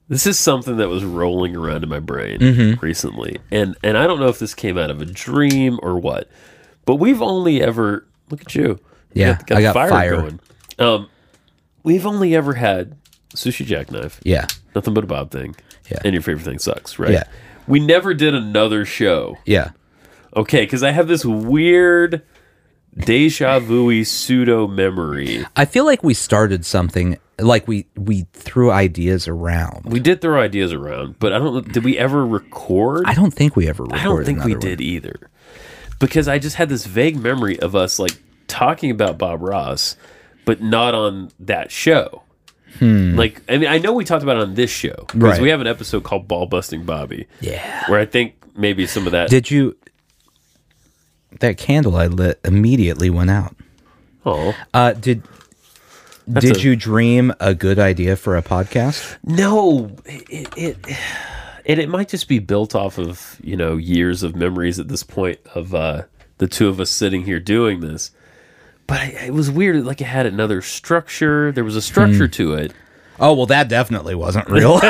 S2: this is something that was rolling around in my brain
S1: Mm-hmm.
S2: recently. And and I don't know if this came out of a dream or what. But we've only ever look at you. You
S1: Yeah, I got fire.
S2: Um we've only ever had sushi jackknife.
S1: yeah,
S2: Nothing but a Bob thing.
S1: Yeah.
S2: And your favorite thing sucks, right?
S1: Yeah.
S2: We never did another show.
S1: yeah,
S2: Okay, because I have this weird deja vu pseudo memory.
S1: I feel like we started something like we we threw ideas around.
S2: We did throw ideas around, but I don't. Did we ever record?
S1: I don't think we ever. Recorded
S2: I don't think we
S1: another one.
S2: did e- either, because I just had this vague memory of us like talking about Bob Ross, but not on that show. Like, I mean, I know we talked about it on this show because
S1: Hmm. Right.
S2: we have an episode called "Ball Busting Bobby,"
S1: Yeah.
S2: where I think maybe some of that.
S1: Did you? That candle I lit immediately went out.
S2: oh
S1: Uh, did did
S2: a-
S1: you dream a good idea for a podcast?
S2: no, it. it and it might just be built off of you know years of memories at this point of uh, the two of us sitting here doing this but I, it was weird like it had another structure there was a structure
S1: Hmm.
S2: to it
S1: Oh well, that definitely wasn't real.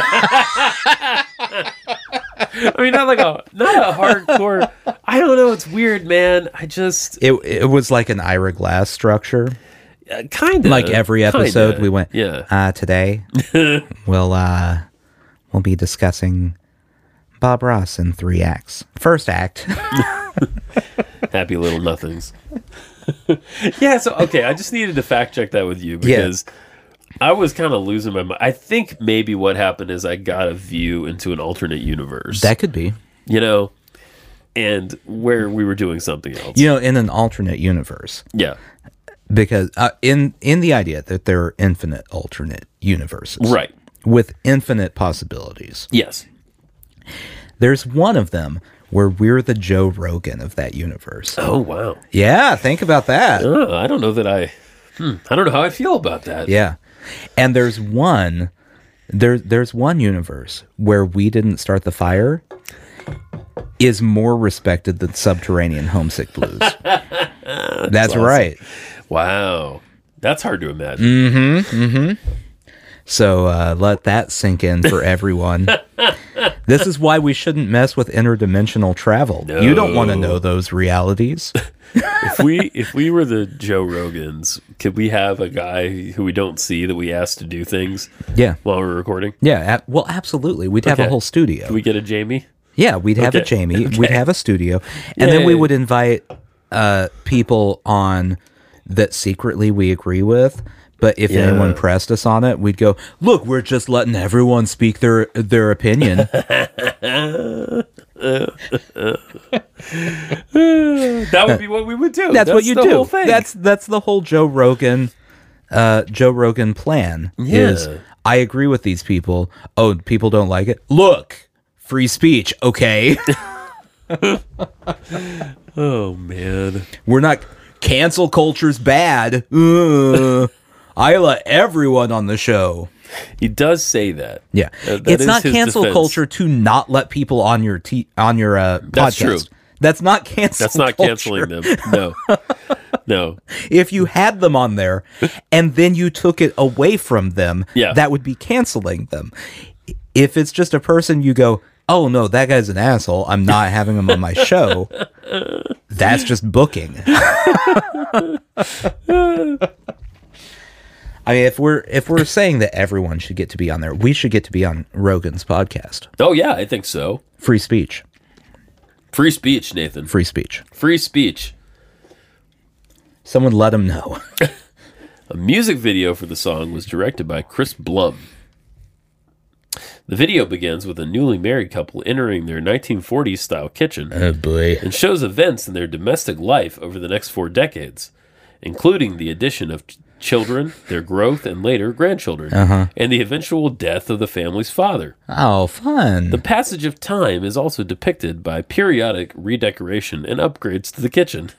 S2: i mean not like a not a hardcore i don't know it's weird man i just
S1: it it was like an Ira Glass structure.
S2: kind of
S1: Like every episode, we went.
S2: yeah
S1: Uh, today we'll uh we'll be discussing Bob Ross in three acts. First act.
S2: happy little nothings yeah so okay i just needed to fact check that with you because i was kind of losing my mind i think maybe what happened is i got a view into an alternate universe
S1: that could be.
S2: you know, and where we were doing something else.
S1: You know, in an alternate universe.
S2: yeah.
S1: because uh, in in the idea that there are infinite alternate universes,
S2: Right.
S1: with infinite possibilities,
S2: Yes.
S1: there's one of them where we're the Joe Rogan of that universe.
S2: Oh wow.
S1: Yeah, think about that.
S2: Uh, I don't know that I. Hmm, I don't know how I feel about that.
S1: Yeah, And there's one there there's one universe where we didn't start the fire is more respected than subterranean homesick blues. That's, right.
S2: Wow. That's hard to imagine.
S1: So uh, let that sink in for everyone. this is why we shouldn't mess with interdimensional travel. You don't want to know those realities.
S2: If we if we were the Joe Rogans, could we have a guy who we don't see that we ask to do things
S1: Yeah.
S2: while we're recording?
S1: Yeah, ab- well, absolutely. We'd have a
S2: Okay.
S1: whole studio.
S2: Do we get a Jamie?
S1: Yeah, we'd have a
S2: Okay.
S1: Jamie. We'd have a studio, and then we
S2: Yay.
S1: would invite uh, people on that secretly we agree with. But if anyone pressed us on it, we'd go, "Look, we're just letting everyone speak their their opinion."
S2: That would be what we would do.
S1: That's, what you
S2: the
S1: do.
S2: Whole thing.
S1: That's that's the whole Joe Rogan, uh, Joe Rogan plan. Is
S2: Yeah.
S1: I agree with these people. Oh, people don't like it. Look, free speech. Okay,
S2: oh man.
S1: we're not cancel culture's bad. Ugh. I let everyone on the show.
S2: He does say that.
S1: Yeah,
S2: Uh, that
S1: it's
S2: is
S1: not
S2: his
S1: cancel
S2: defense.
S1: culture to not let people on your t- on your uh, podcast.
S2: That's true.
S1: That's not cancel.
S2: That's not
S1: culture.
S2: canceling them. No. No.
S1: If you had them on there, and then you took it away from them,
S2: Yeah.
S1: that would be canceling them. If it's just a person, you go, "Oh no, that guy's an asshole. I'm not having him on my show." That's just booking. I mean, if we're if we're saying that everyone should get to be on there, we should get to be on Rogan's podcast.
S2: Oh yeah, I think so.
S1: Free speech.
S2: Free speech, Nathan.
S1: free speech.
S2: Free speech.
S1: Someone let him know.
S2: A music video for the song was directed by Chris Blum. The video begins with a newly married couple entering their 1940s style kitchen
S1: Oh boy.
S2: and shows events in their domestic life over the next four decades, including the addition of ch- children, their growth, and later grandchildren, and the eventual death of the family's father.
S1: Oh, fun.
S2: The passage of time is also depicted by periodic redecoration and upgrades to the kitchen,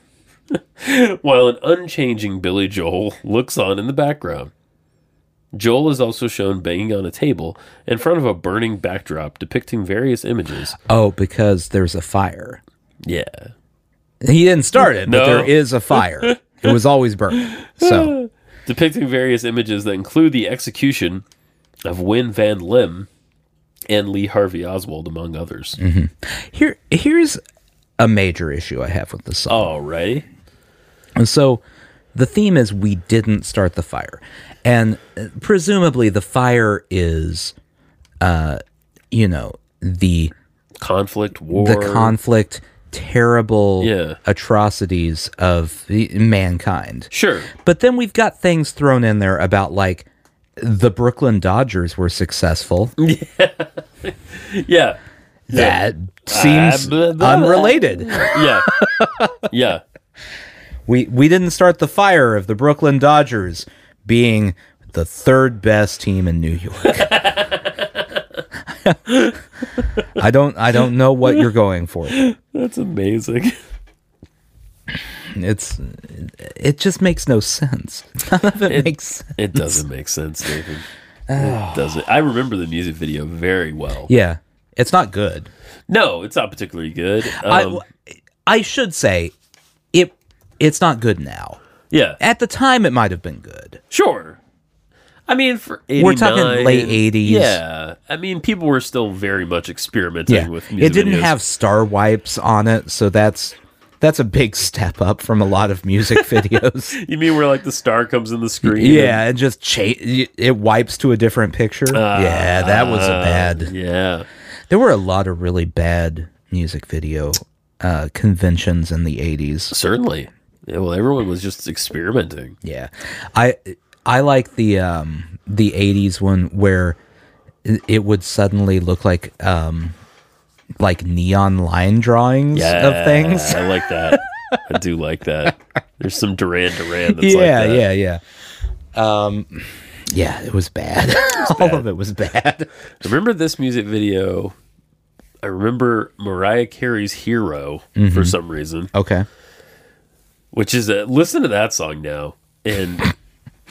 S2: while an unchanging Billy Joel looks on in the background. Joel is also shown banging on a table in front of a burning backdrop depicting various images.
S1: oh, because there's a fire.
S2: Yeah.
S1: He didn't start it, but
S2: No.
S1: there is a fire. it was always burning. So,
S2: Depicting various images that include the execution of Win Van Lim and Lee Harvey Oswald, among others.
S1: Mm-hmm. here here's a major issue I have with this song.
S2: Alrighty. Uh.
S1: And so the theme is we didn't start the fire. And uh, presumably the fire is uh you know, the
S2: Conflict, war.
S1: the conflict, terrible
S2: Yeah.
S1: atrocities of the- mankind.
S2: Sure.
S1: But then we've got things thrown in there about like the Brooklyn Dodgers were successful.
S2: Yeah.
S1: That seems
S2: blah, blah, blah.
S1: unrelated.
S2: Yeah. yeah.
S1: We we didn't start the fire of the Brooklyn Dodgers being the third best team in New York. I don't I don't know what you're going for.
S2: That's amazing.
S1: It's it just makes no sense. None of it, makes sense.
S2: It doesn't make sense, Nathan. It doesn't. I remember the music video very well.
S1: Yeah. It's not good.
S2: No, it's not particularly good.
S1: I-
S2: Um,
S1: I should say it it's not good now.
S2: yeah,
S1: At the time, it might have been good.
S2: sure. I mean, for 89,
S1: We're talking late 80s.
S2: Yeah, I mean, people were still very much experimenting with music.
S1: it didn't
S2: videos.
S1: have star wipes on it, so that's that's a big step up from a lot of music videos.
S2: You mean where like the star comes in the screen?
S1: yeah, it just cha- it wipes to a different picture.
S2: Uh,
S1: yeah, that was a bad.
S2: yeah.
S1: There were a lot of really bad music video uh, conventions in the '80s.
S2: Certainly. Yeah, well, everyone was just experimenting.
S1: Yeah, I I like the um the '80s one where i- it would suddenly look like um like neon line drawings of things.
S2: I like that. I do like that. There's some Duran Duran that's
S1: yeah,
S2: like that.
S1: yeah, yeah. Um, yeah, it was bad. All of it was bad.
S2: I remember this music video. I remember Mariah Carey's Hero
S1: Mm-hmm.
S2: for some reason,
S1: Okay.
S2: which is a listen to that song now and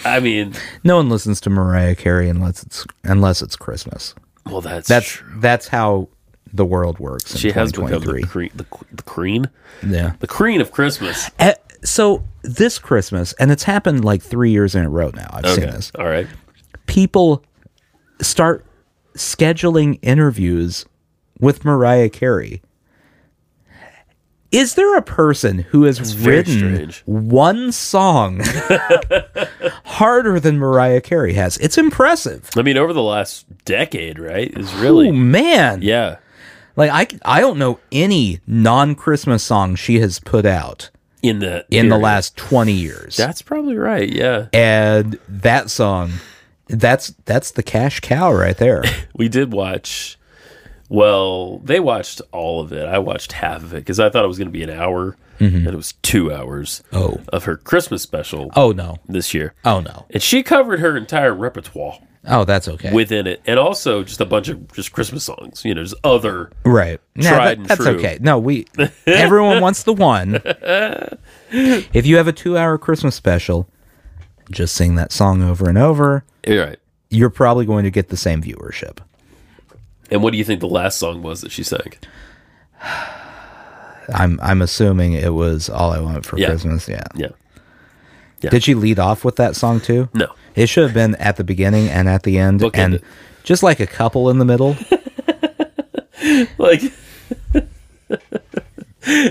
S2: I mean,
S1: No one listens to Mariah Carey unless it's unless it's Christmas.
S2: well, that's
S1: That's
S2: true.
S1: that's how the world works. In
S2: She has become the
S1: 2023.
S2: cream, the, qu- the cream,
S1: yeah.
S2: the cream of Christmas.
S1: Eh, so this Christmas, and it's happened like three years in a row now. I've seen
S2: Okay,
S1: this.
S2: all right.
S1: People start scheduling interviews with Mariah Carey. Is there a person who has
S2: very
S1: written
S2: strange.
S1: one song harder than Mariah Carey has? It's impressive.
S2: I mean, over the last decade, right, is really
S1: Oh man.
S2: yeah.
S1: Like I c- I don't know any non-Christmas song she has put out
S2: In the
S1: in the
S2: period.
S1: last 20 years.
S2: that's probably right. Yeah,
S1: and that song that's that's the cash cow right there.
S2: we did watch. Well, they watched all of it. I watched half of it because I thought it was going to be an hour, and it was two hours
S1: Mm-hmm. Oh.
S2: of her Christmas special
S1: Oh no.
S2: this year.
S1: Oh no.
S2: And she covered her entire repertoire
S1: Oh that's okay.
S2: within it, and also just a bunch of just Christmas songs, you know, just other
S1: right. No,
S2: tried
S1: that-
S2: and
S1: that's
S2: true.
S1: okay. No, we everyone wants the one. If you have a 2-hour Christmas special, just sing that song over and over.
S2: You're right.
S1: You're probably going to get the same viewership.
S2: And what do you think the last song was that she sang?
S1: I'm I'm assuming it was all I want for
S2: Yeah.
S1: Christmas. Yeah.
S2: Yeah.
S1: Did she lead off with that song too?
S2: No.
S1: It should have been at the beginning and at the end
S2: Bookend
S1: and
S2: it.
S1: just like a couple in the middle.
S2: Like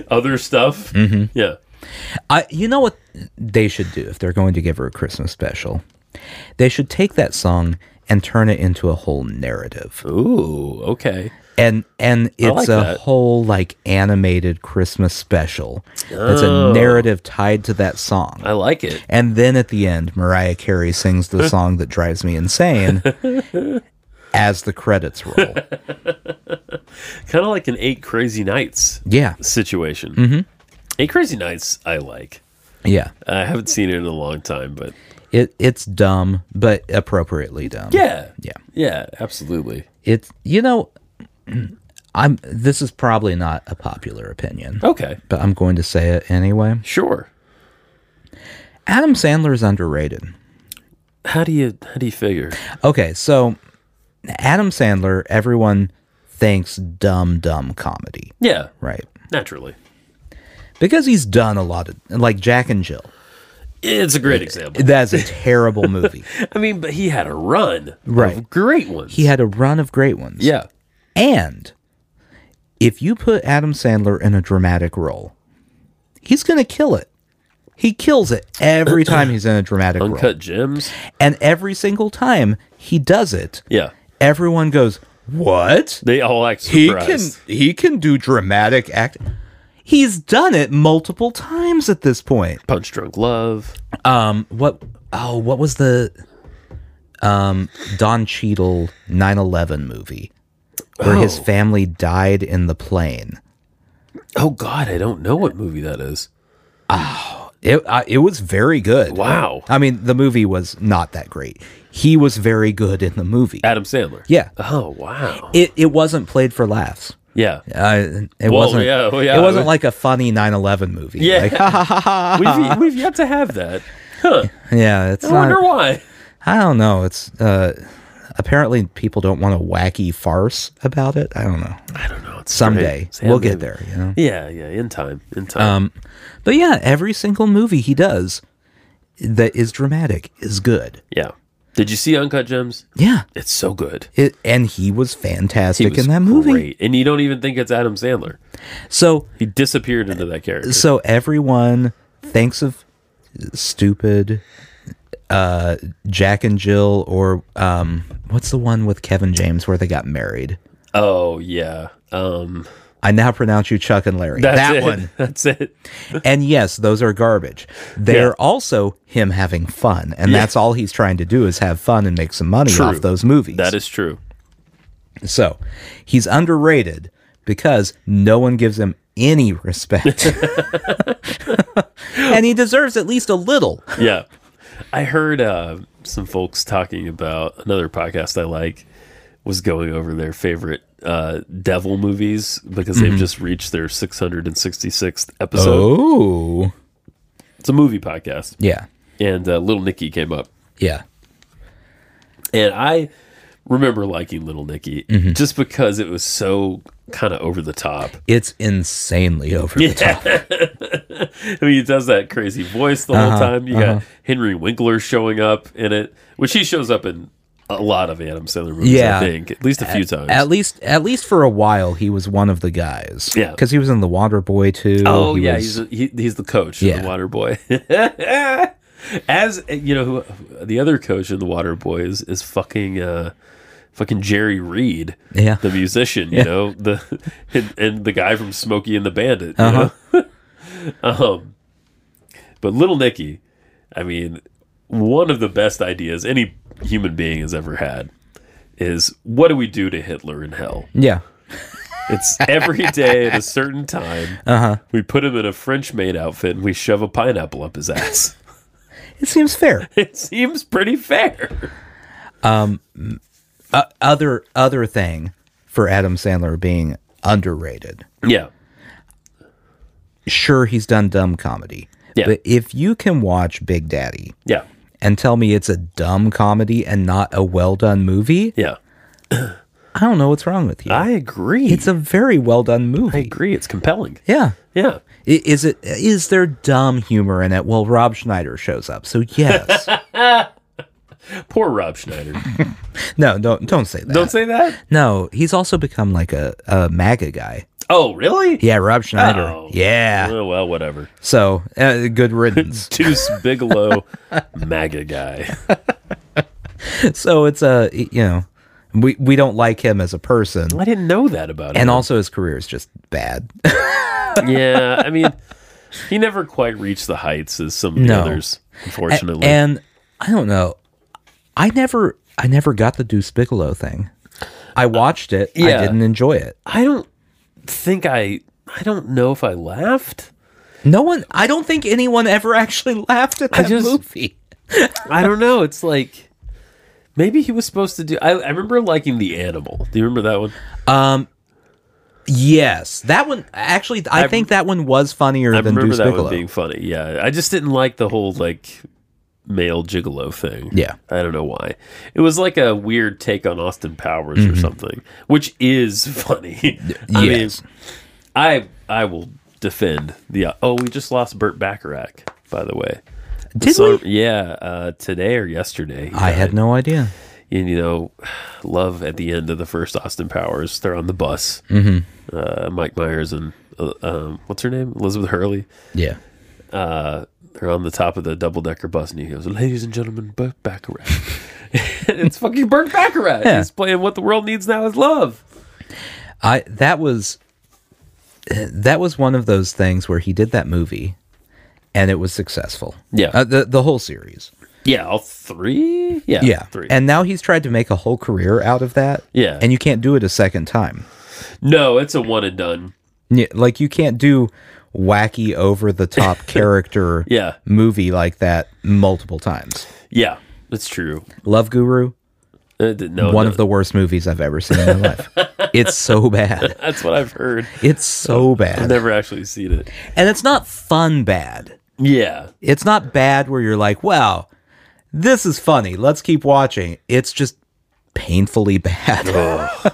S2: other stuff. Mm-hmm. Yeah.
S1: I you know what they should do if they're going to give her a Christmas special? They should take that song and turn it into a whole narrative.
S2: Ooh. Okay.
S1: And and it's
S2: like
S1: a
S2: that.
S1: whole like animated Christmas special. That's
S2: Oh.
S1: a narrative tied to that song.
S2: I like it.
S1: And then at the end, Mariah Carey sings the song that drives me insane as the credits roll.
S2: Kind of like an Eight Crazy Nights
S1: Yeah.
S2: situation. Mm-hmm. Eight Crazy Nights. I like.
S1: Yeah.
S2: I haven't seen it in a long time, but
S1: It it's dumb, but appropriately dumb.
S2: yeah.
S1: Yeah.
S2: Yeah. Absolutely.
S1: It's you know I'm this is probably not a popular opinion,
S2: Okay.
S1: but I'm going to say it anyway.
S2: Sure.
S1: Adam Sandler is underrated.
S2: How do you how do you figure?
S1: Okay, so Adam Sandler, everyone thinks dumb dumb comedy,
S2: Yeah.
S1: right?
S2: Naturally.
S1: Because he's done a lot of like Jack and Jill.
S2: It's a great example.
S1: That's a terrible movie.
S2: I mean, but he had a run
S1: Right.
S2: of great ones.
S1: He had a run of great ones.
S2: yeah.
S1: And if you put Adam Sandler in a dramatic role, he's going to kill it. He kills it every time he's in a dramatic role.
S2: Uncut gems.
S1: And every single time he does it,
S2: Yeah.
S1: everyone goes, "What?
S2: They all act
S1: He
S2: surprised.
S1: can he can do dramatic act." He's done it multiple times at this point.
S2: Punch Drunk Love.
S1: Um what oh, what was the um Don Cheadle 9/11 movie where his
S2: Oh.
S1: family died in the plane?
S2: Oh God, I don't know what movie that is.
S1: It I it was very good.
S2: Wow.
S1: I mean, the movie was not that great. He was very good in the movie.
S2: Adam Sandler.
S1: Yeah.
S2: Oh wow.
S1: It it wasn't played for laughs.
S2: Yeah.
S1: Uh, it
S2: Well,
S1: wasn't.
S2: yeah, well, yeah.
S1: It wasn't like a funny 9/11 movie.
S2: Yeah.
S1: Like, ha,
S2: We've, we've yet to have that. Huh.
S1: yeah. It's
S2: I wonder
S1: not.
S2: why.
S1: I don't know. It's uh, apparently people don't want a wacky farce about it. I don't know.
S2: I don't know. It's
S1: Someday
S2: great.
S1: we'll get
S2: Sandler.
S1: there. Um, You know.
S2: Yeah, yeah. In time. In time.
S1: But yeah, every single movie he does that is dramatic is good.
S2: yeah. Did you see Uncut Gems?
S1: Yeah.
S2: It's so good.
S1: It, and he was fantastic
S2: He was
S1: in that movie.
S2: great. And you don't even think it's Adam Sandler.
S1: So
S2: He disappeared into that character.
S1: so everyone thinks of stupid uh Jack and Jill or um what's the one with Kevin James where they got married?
S2: Oh yeah. Um
S1: I now pronounce you Chuck and Larry.
S2: that's
S1: that
S2: it.
S1: one.
S2: That's it.
S1: And yes, those are garbage. They're
S2: Yeah.
S1: also him having fun, and that's all he's trying to do is have fun and make some money
S2: True.
S1: off those movies.
S2: That is true.
S1: so he's underrated because no one gives him any respect. and he deserves at least a little.
S2: yeah. I heard uh, some folks talking about another podcast I like was going over their favorite uh, devil movies because they've just reached their 666th episode.
S1: Mm-hmm. Oh.
S2: It's a movie podcast.
S1: Yeah.
S2: And uh, Little Nicky came up
S1: Yeah.
S2: And I remember liking Little Nicky
S1: Mm-hmm.
S2: just because it was so kind of over the top.
S1: It's insanely over the top.
S2: I mean, he does that crazy voice the
S1: Uh-huh.
S2: whole time. You got Henry Winkler showing up in it, which he shows up in a lot of Adam Sandler movies,
S1: Yeah.
S2: I think, at least a few times.
S1: At least at least for a while he was one of the guys.
S2: Yeah.
S1: Cuz he was in The Water Boy too.
S2: oh,
S1: He
S2: yeah.
S1: was-
S2: He's, a, he, he's the coach in
S1: Yeah.
S2: The Water Boy. As you know, who, the other coach in The Water Boy is, is fucking. Uh, Fucking Jerry Reed,
S1: Yeah.
S2: the musician, you know the and, and the guy from Smokey and the Bandit. You know? Um,
S1: Uh-huh.
S2: But Little Nicky, I mean, one of the best ideas any human being has ever had is what do we do to Hitler in hell?
S1: Yeah.
S2: It's every day at a certain time. Uh-huh. We put him in a French maid outfit and we shove a pineapple up his ass.
S1: It seems fair.
S2: it seems pretty fair.
S1: uh, other other thing for Adam Sandler being underrated.
S2: Yeah.
S1: Sure, he's done dumb comedy.
S2: Yeah.
S1: But if you can watch Big Daddy
S2: Yeah.
S1: and tell me it's a dumb comedy and not a well done movie,
S2: Yeah.
S1: I don't know what's wrong with you.
S2: I agree.
S1: it's a very well done
S2: I
S1: movie.
S2: agree. It's compelling.
S1: Yeah.
S2: Yeah.
S1: I- Is it is there dumb humor in it? Well, Rob Schneider shows up, so yes.
S2: Poor Rob Schneider.
S1: no, don't don't say that.
S2: Don't say that.
S1: no, he's also become like a, a MAGA guy.
S2: Oh, really?
S1: Yeah, Rob Schneider.
S2: Oh.
S1: Yeah.
S2: Oh, well, whatever.
S1: So uh, good riddance.
S2: Deuce Bigelow, MAGA guy.
S1: so it's a you know we we don't like him as a person
S2: I didn't know that about him.
S1: and also his career is just bad
S2: yeah, I mean, he never quite reached the heights as some of the
S1: No.
S2: others, unfortunately.
S1: and i don't know i never i never got the deuce bigelow thing i watched it
S2: yeah.
S1: i didn't enjoy it
S2: I don't think I. I don't know if I laughed.
S1: no one i don't think anyone ever actually laughed at that
S2: just-
S1: movie
S2: I don't know. It's like maybe he was supposed to do. I, I remember liking the animal. Do you remember that one?
S1: yes that one actually i, think that one was funnier
S2: I
S1: than
S2: remember
S1: deuce
S2: that
S1: bigelow
S2: one being funny. Yeah, I just didn't like the whole like male gigolo thing.
S1: Yeah.
S2: I don't know why. It was like a weird take on Austin Powers or
S1: Mm-hmm.
S2: something, which is funny. I
S1: yes.
S2: mean, I I will defend the. Oh, we just lost Burt Bacharach, by the way.
S1: did
S2: So-
S1: we
S2: yeah, uh, today or yesterday. he
S1: i
S2: died.
S1: had no idea
S2: and you know, love at the end of the first Austin Powers. They're on the bus. Mm-hmm. Uh, Mike Myers and uh, um, what's her name, Elizabeth Hurley
S1: yeah
S2: uh, they're on the top of the double decker bus, and he goes, "Ladies and gentlemen, Burt Bacharach." it's fucking Burt Bacharach.
S1: Yeah.
S2: He's playing "What the World Needs Now Is Love."
S1: I that was that was one of those things where he did that movie and it was successful.
S2: Yeah.
S1: Uh, the the whole series.
S2: Yeah, all three. Yeah, three.
S1: And now he's tried to make a whole career out of that.
S2: Yeah.
S1: And you can't do it a second time.
S2: no, it's a one and done.
S1: Yeah, like you can't do wacky over the top character
S2: Yeah.
S1: movie like that multiple times.
S2: Yeah, that's true.
S1: Love Guru,
S2: Uh, d- no,
S1: one
S2: no,
S1: of the worst movies I've ever seen in my life. It's so bad.
S2: that's what I've heard.
S1: It's so
S2: I've
S1: bad.
S2: never actually seen it.
S1: And it's not fun bad.
S2: Yeah,
S1: It's not bad where you're like, wow, this is funny. Let's keep watching. It's just painfully bad.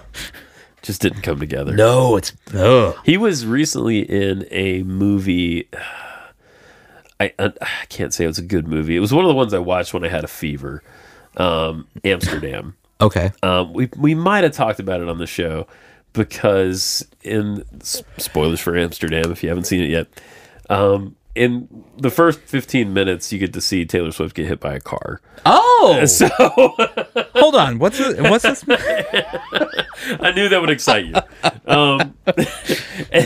S2: just didn't come together.
S1: no, it's ugh.
S2: He was recently in a movie. I, I I can't say it was a good movie. It was one of the ones I watched when I had a fever. Um, Amsterdam.
S1: okay.
S2: Um, we we might have talked about it on the show because in s- spoilers for Amsterdam, if you haven't seen it yet, um, in the first fifteen minutes, you get to see Taylor Swift get hit by a car.
S1: Oh, hold on. What's this, what's this?
S2: I knew that would excite you. Um, and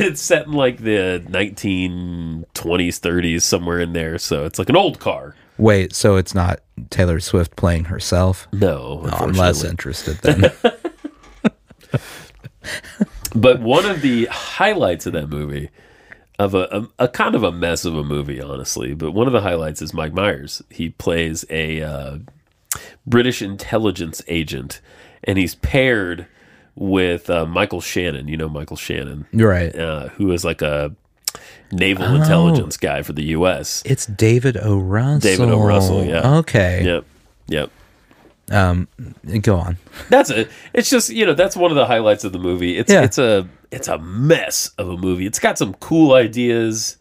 S2: it's set in like the 1920s, 30s, somewhere in there. So it's like an old car.
S1: Wait, so it's not Taylor Swift playing herself?
S2: No,
S1: I'm
S2: unfortunately.
S1: less interested then.
S2: But one of the highlights of that movie, of a, um, a, a kind of a mess of a movie, honestly, but one of the highlights is Mike Myers. He plays a uh, British intelligence agent, and he's paired with uh, Michael Shannon. You know Michael Shannon,
S1: You're right.
S2: uh, who is like a naval
S1: Oh.
S2: intelligence guy for the U.S.
S1: It's David O. Russell.
S2: David O. Russell, yeah.
S1: Okay.
S2: Yep. Yep.
S1: Go on.
S2: That's it. It's just you know that's one of the highlights of the movie. It's
S1: Yeah.
S2: it's a it's a mess of a movie. It's got some cool ideas,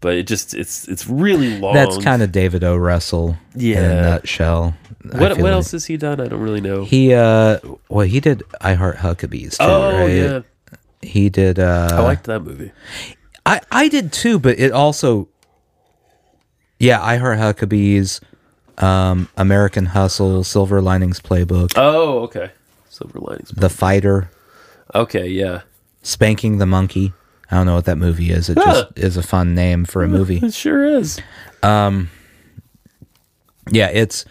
S2: but it just it's it's really long.
S1: That's kind of David O. Russell in
S2: Yeah.
S1: a nutshell. I
S2: what
S1: feel
S2: what
S1: like.
S2: else has he done? I don't really know.
S1: He uh, well, he did I Heart Huckabees too,
S2: oh
S1: right?
S2: yeah, Oh.
S1: He did. Uh,
S2: I liked that movie.
S1: I I did too, but it also, yeah, I Heart Huckabees, um, American Hustle, Silver Linings Playbook,
S2: Oh okay, Silver Linings.
S1: The Fighter,
S2: Okay, yeah,
S1: Spanking the Monkey. I don't know what that movie is. It
S2: Huh.
S1: just is a fun name for a movie.
S2: it sure is.
S1: Yeah, it's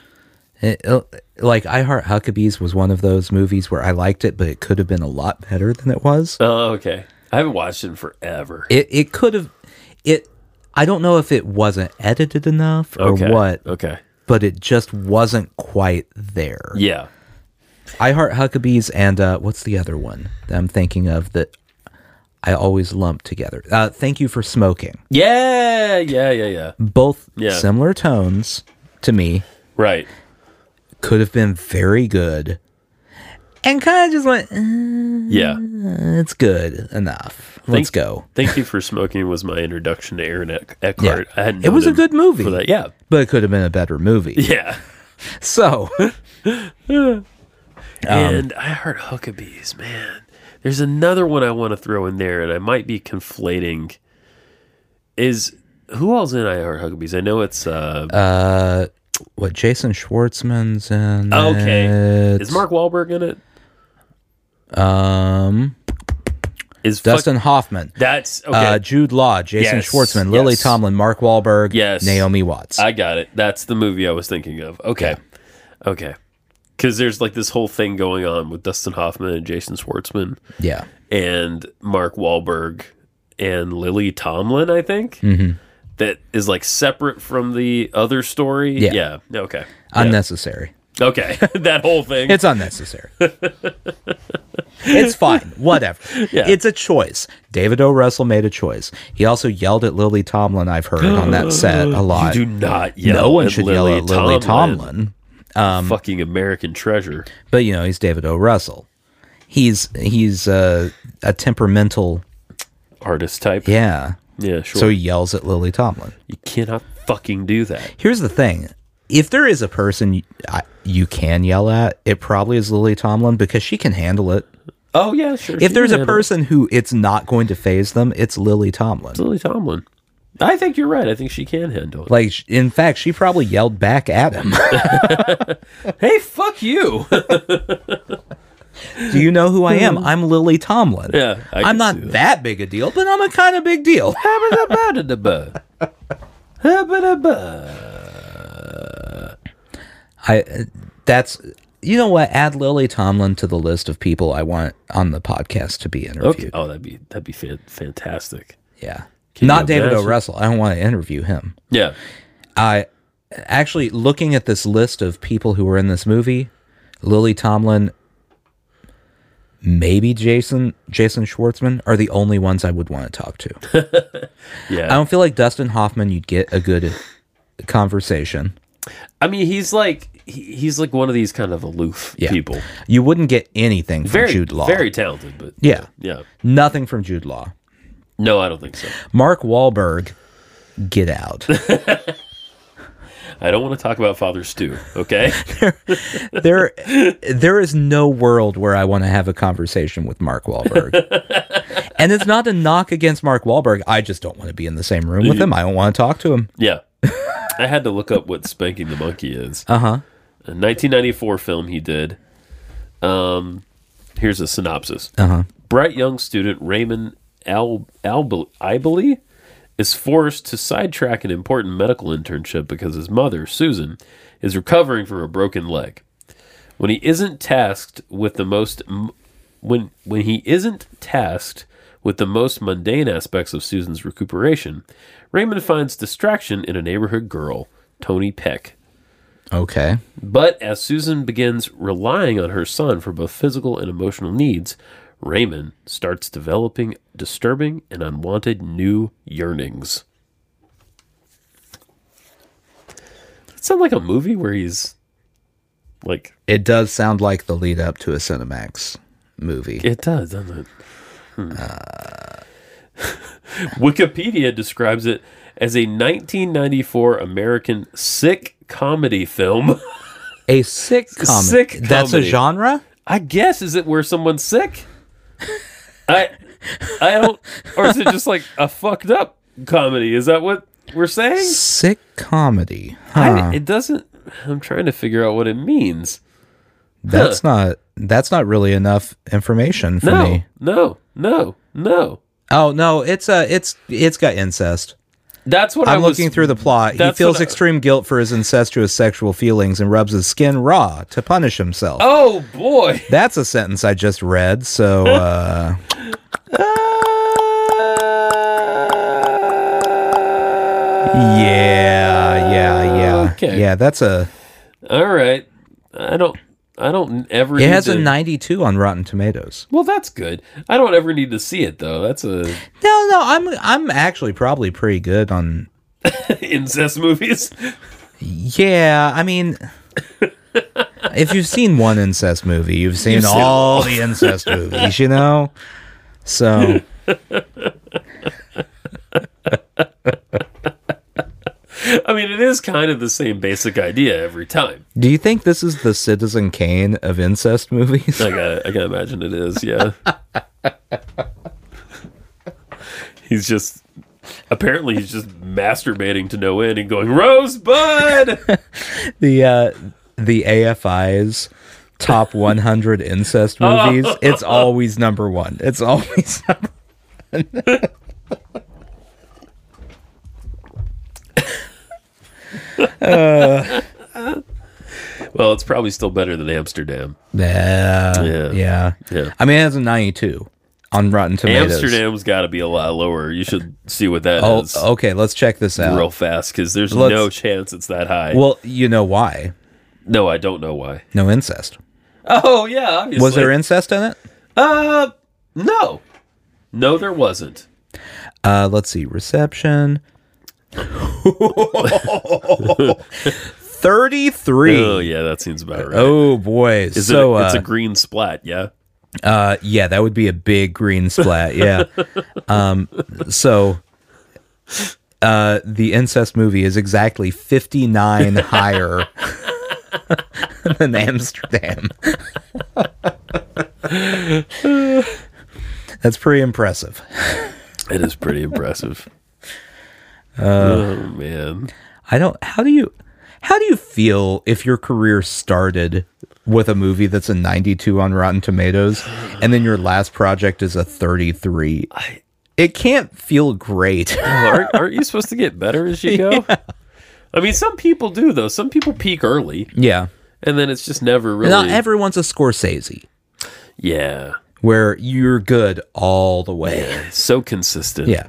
S1: it, it- like I Heart Huckabees was one of those movies where I liked it, but it could have been a lot better than it was.
S2: Oh okay, I haven't watched it in forever.
S1: It it could have it. I don't know if it wasn't edited enough or
S2: okay,
S1: what,
S2: Okay,
S1: but it just wasn't quite there.
S2: yeah,
S1: I Heart Huckabees and uh, what's the other one that I'm thinking of that I always lump together? Uh, Thank You for Smoking.
S2: yeah, yeah, yeah, yeah.
S1: Both
S2: Yeah.
S1: similar tones to me.
S2: Right.
S1: Could have been very good. And kind of just went, "Eh,
S2: Yeah.
S1: it's good enough. Let's
S2: Thank-
S1: go.
S2: Thank you for smoking was my introduction to Aaron Eck- Eckhart.
S1: Yeah.
S2: I hadn't
S1: It was
S2: known
S1: a good
S2: him
S1: movie.
S2: For that. Yeah,
S1: But it could have been a better movie.
S2: yeah.
S1: So, Um,
S2: and I heard Huckabees, man. There's another one I want to throw in there, and I might be conflating. Is who all's in I Heart Huckabees? I know it's uh,
S1: uh, what Jason Schwartzman's in
S2: okay.
S1: it,
S2: Is Mark Wahlberg in it?
S1: um
S2: Is fuck-
S1: Dustin Hoffman,
S2: that's okay.
S1: uh, Jude Law, Jason
S2: Yes,
S1: Schwartzman, Lily
S2: yes.
S1: Tomlin, Mark Wahlberg,
S2: Yes. Uh,
S1: Naomi Watts.
S2: I got it. That's the movie I was thinking of. Okay. Okay. Because there's like this whole thing going on with Dustin Hoffman and Jason Schwartzman.
S1: yeah.
S2: and Mark Wahlberg and Lily Tomlin, I think. Mm-hmm. is like separate from the other story.
S1: Yeah.
S2: Okay.
S1: Unnecessary.
S2: Yeah. Okay. that whole thing.
S1: It's unnecessary. it's fine. Whatever.
S2: Yeah.
S1: It's a choice. David O. Russell made a choice. He also yelled at Lily Tomlin, I've heard, on that set a lot.
S2: do not yell.
S1: no one
S2: at
S1: should
S2: Lily
S1: yell at Lily
S2: Tomlin.
S1: Tomlin.
S2: Fucking American treasure.
S1: But, you know, he's David O. Russell. He's he's uh, a temperamental.
S2: Artist type.
S1: Yeah.
S2: Yeah, sure.
S1: So he yells at Lily Tomlin.
S2: you cannot fucking do that.
S1: Here's the thing. If there is a person you, I, you can yell at, it probably is Lily Tomlin because she can handle it.
S2: Oh yeah, sure.
S1: If there's a
S2: person.
S1: person who it's not going to phase them, it's Lily Tomlin.
S2: Lily Tomlin. I think you're right. I think she can handle it.
S1: Like, sh- in fact, she probably yelled back at him.
S2: hey, fuck you.
S1: Do you know who I am? I'm Lily Tomlin.
S2: Yeah, I
S1: I'm
S2: can
S1: not
S2: see
S1: that.
S2: that.
S1: big a deal, but I'm a kind of big deal.
S2: Habba-dabba-da-dabba. Habba-dabba.
S1: I. uh, That's. You know what? Add Lily Tomlin to the list of people I want on the podcast to be
S2: Okay.
S1: interviewed.
S2: Oh, that'd be that'd be fan- fantastic.
S1: Yeah.
S2: Can
S1: Not
S2: you
S1: David O.
S2: imagine?
S1: Russell. I don't want to interview him.
S2: Yeah.
S1: I actually looking at this list of people who were in this movie, Lily Tomlin, maybe Jason Jason Schwartzman are the only ones I would want to talk to. I
S2: Yeah.
S1: don't feel like Dustin Hoffman you'd get a good conversation.
S2: I mean, he's like he, he's like one of these kind of aloof
S1: Yeah.
S2: people.
S1: You wouldn't get anything from
S2: Very
S1: Jude Law.
S2: very talented, but
S1: Yeah.
S2: yeah.
S1: Nothing from Jude Law.
S2: No, I don't think so.
S1: Mark Wahlberg, get out.
S2: I don't want to talk about Father Stew, okay?
S1: there there is no world where I want to have a conversation with Mark Wahlberg. and it's not a knock against Mark Wahlberg. I just don't want to be in the same room with him. I don't want to talk to him.
S2: yeah. I had to look up what Spanking the Monkey is. Uh-huh. A 1994 film he did. Um here's a synopsis. Uh-huh. Bright young student Raymond Al Al Ibely is forced to sidetrack an important medical internship because his mother, Susan, is recovering from a broken leg. When he isn't tasked with the most m- when when he isn't tasked with the most mundane aspects of Susan's recuperation, Raymond finds distraction in a neighborhood girl, Tony Peck.
S1: Okay.
S2: But as Susan begins relying on her son for both physical and emotional needs, Raymond starts developing disturbing and unwanted new yearnings. It sounds like a movie where he's Like
S1: It does sound like the lead up to a Cinemax movie.
S2: it does, doesn't it? Hmm.
S1: Uh,
S2: Wikipedia describes it as a 1994 American sick comedy film.
S1: a sick comedy.
S2: Sick
S1: That's a
S2: comedy.
S1: genre?
S2: I guess is it where someone's sick? I I don't or is it just like a fucked up comedy? Is that what we're saying?
S1: Sick comedy. Huh.
S2: I, it doesn't I'm trying to figure out what it means.
S1: that's not that's not really enough information for
S2: No.
S1: me.
S2: No. No. No.
S1: Oh no, it's a it's it's got incest.
S2: That's what
S1: I'm
S2: I was
S1: looking through the plot. He
S2: that's
S1: feels
S2: what I-
S1: extreme guilt for his incestuous sexual feelings and rubs his skin raw to punish himself.
S2: Oh boy.
S1: That's a sentence I just read. So uh, yeah, yeah, yeah,
S2: Okay.
S1: yeah. That's a.
S2: All right. I don't I don't ever
S1: It has a
S2: to,
S1: 92 on Rotten Tomatoes.
S2: Well, that's good. I don't ever need to see it though. That's a
S1: No, no, I'm I'm actually probably pretty good on.
S2: incest movies.
S1: Yeah, I mean, if you've seen one incest movie, you've seen
S2: You've seen
S1: all the incest movies, you know. So
S2: I mean, it is kind of the same basic idea every time.
S1: Do you think this is the Citizen Kane of incest movies?
S2: I got I can imagine it is, yeah. he's just apparently he's just masturbating to no end and going rosebud.
S1: the uh, the AFI's top 100 incest movies. It's always number one. It's always number
S2: well, it's probably still better than Amsterdam.
S1: yeah,
S2: Yeah.
S1: yeah,
S2: Yeah.
S1: I mean, it has a 92 on Rotten Tomatoes.
S2: Amsterdam's got to be a lot lower. You should see what that
S1: Oh,
S2: is
S1: okay. Let's check this out.
S2: real fast because there's
S1: Let's-
S2: no chance it's that high.
S1: Well, you know why?
S2: no, I don't know why.
S1: No incest.
S2: Oh yeah, obviously.
S1: Was there incest in it?
S2: Uh, no, no, there wasn't.
S1: Uh, let's see. Reception. 33.
S2: Oh yeah, that seems about right.
S1: Oh boy!
S2: Is
S1: so
S2: it,
S1: uh,
S2: it's a green splat, yeah.
S1: uh, yeah, that would be a big green splat. Yeah. um, so uh, the incest movie is exactly fifty nine higher than Amsterdam. That's pretty impressive.
S2: It is pretty impressive. oh man,
S1: I don't. How do you? How do you feel if your career started with a movie that's a 92 on Rotten Tomatoes and then your last project is a 33? It can't feel great.
S2: aren't, aren't you supposed to get better as you go? I mean, some people do though. Some people peak early,
S1: yeah.
S2: and then it's just never really.
S1: Not everyone's a Scorsese
S2: yeah,
S1: where you're good all the way.
S2: it's so consistent.
S1: Yeah.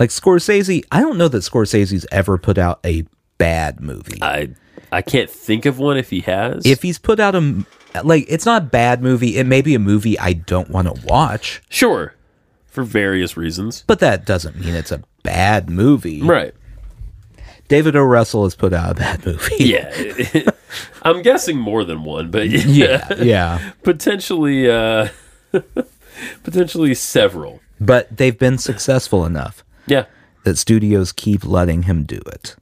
S1: Like Scorsese, I don't know that Scorsese's ever put out a bad movie.
S2: I I can't think of one if he has.
S1: if he's put out a m- like it's not a bad movie, it may be a movie I don't want to watch,
S2: sure, for various reasons,
S1: but that doesn't mean it's a bad movie.
S2: right?
S1: David O. Russell has put out a bad movie.
S2: Yeah, I'm guessing more than one, but
S1: Yeah. Yeah.
S2: potentially, uh, potentially several.
S1: But they've been successful enough
S2: Yeah,
S1: that studios keep letting him do it.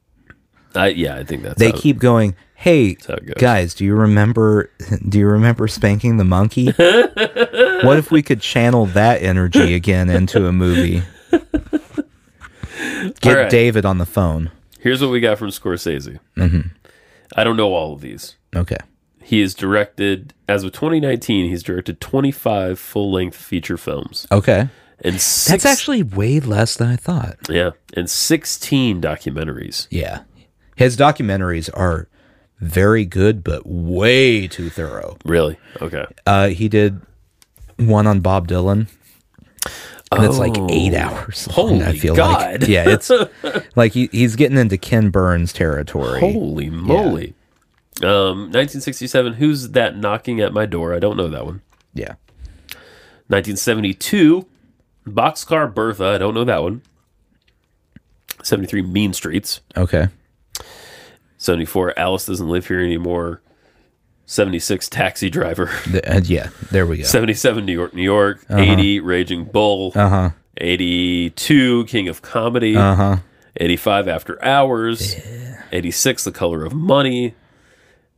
S2: I yeah, I think that's
S1: They
S2: how-
S1: keep going, "Hey
S2: how it goes.
S1: guys, do you remember do you remember spanking the monkey? what if we could channel that energy again into a movie?" Get
S2: All right.
S1: David on the phone.
S2: Here's what we got from Scorsese. Mm-hmm. I don't know all of these.
S1: Okay.
S2: He has directed, as of 2019, he's directed 25 full length feature films
S1: Okay.
S2: and six,
S1: That's actually way less than I thought.
S2: yeah, and 16 documentaries.
S1: Yeah. His documentaries are very good but way too thorough.
S2: Really? Okay.
S1: Uh, he did one on Bob Dylan. And it's like eight hours. Long, I
S2: Oh. Holy
S1: feel
S2: God.
S1: like. Yeah, it's like he, he's getting into Ken Burns territory.
S2: Holy moly. Um, 1967. Who's that knocking at my door? I don't know that one.
S1: Yeah.
S2: 1972. Boxcar Bertha. I don't know that one. 73. Mean Streets.
S1: Okay.
S2: 74 alice doesn't live here anymore 76 Taxi Driver,
S1: The- uh, yeah, there we go.
S2: 77 New York, New York, 80 Raging Bull,
S1: uh huh.
S2: 82 King of Comedy,
S1: Uh huh.
S2: 85 After Hours, 86 The Color of Money,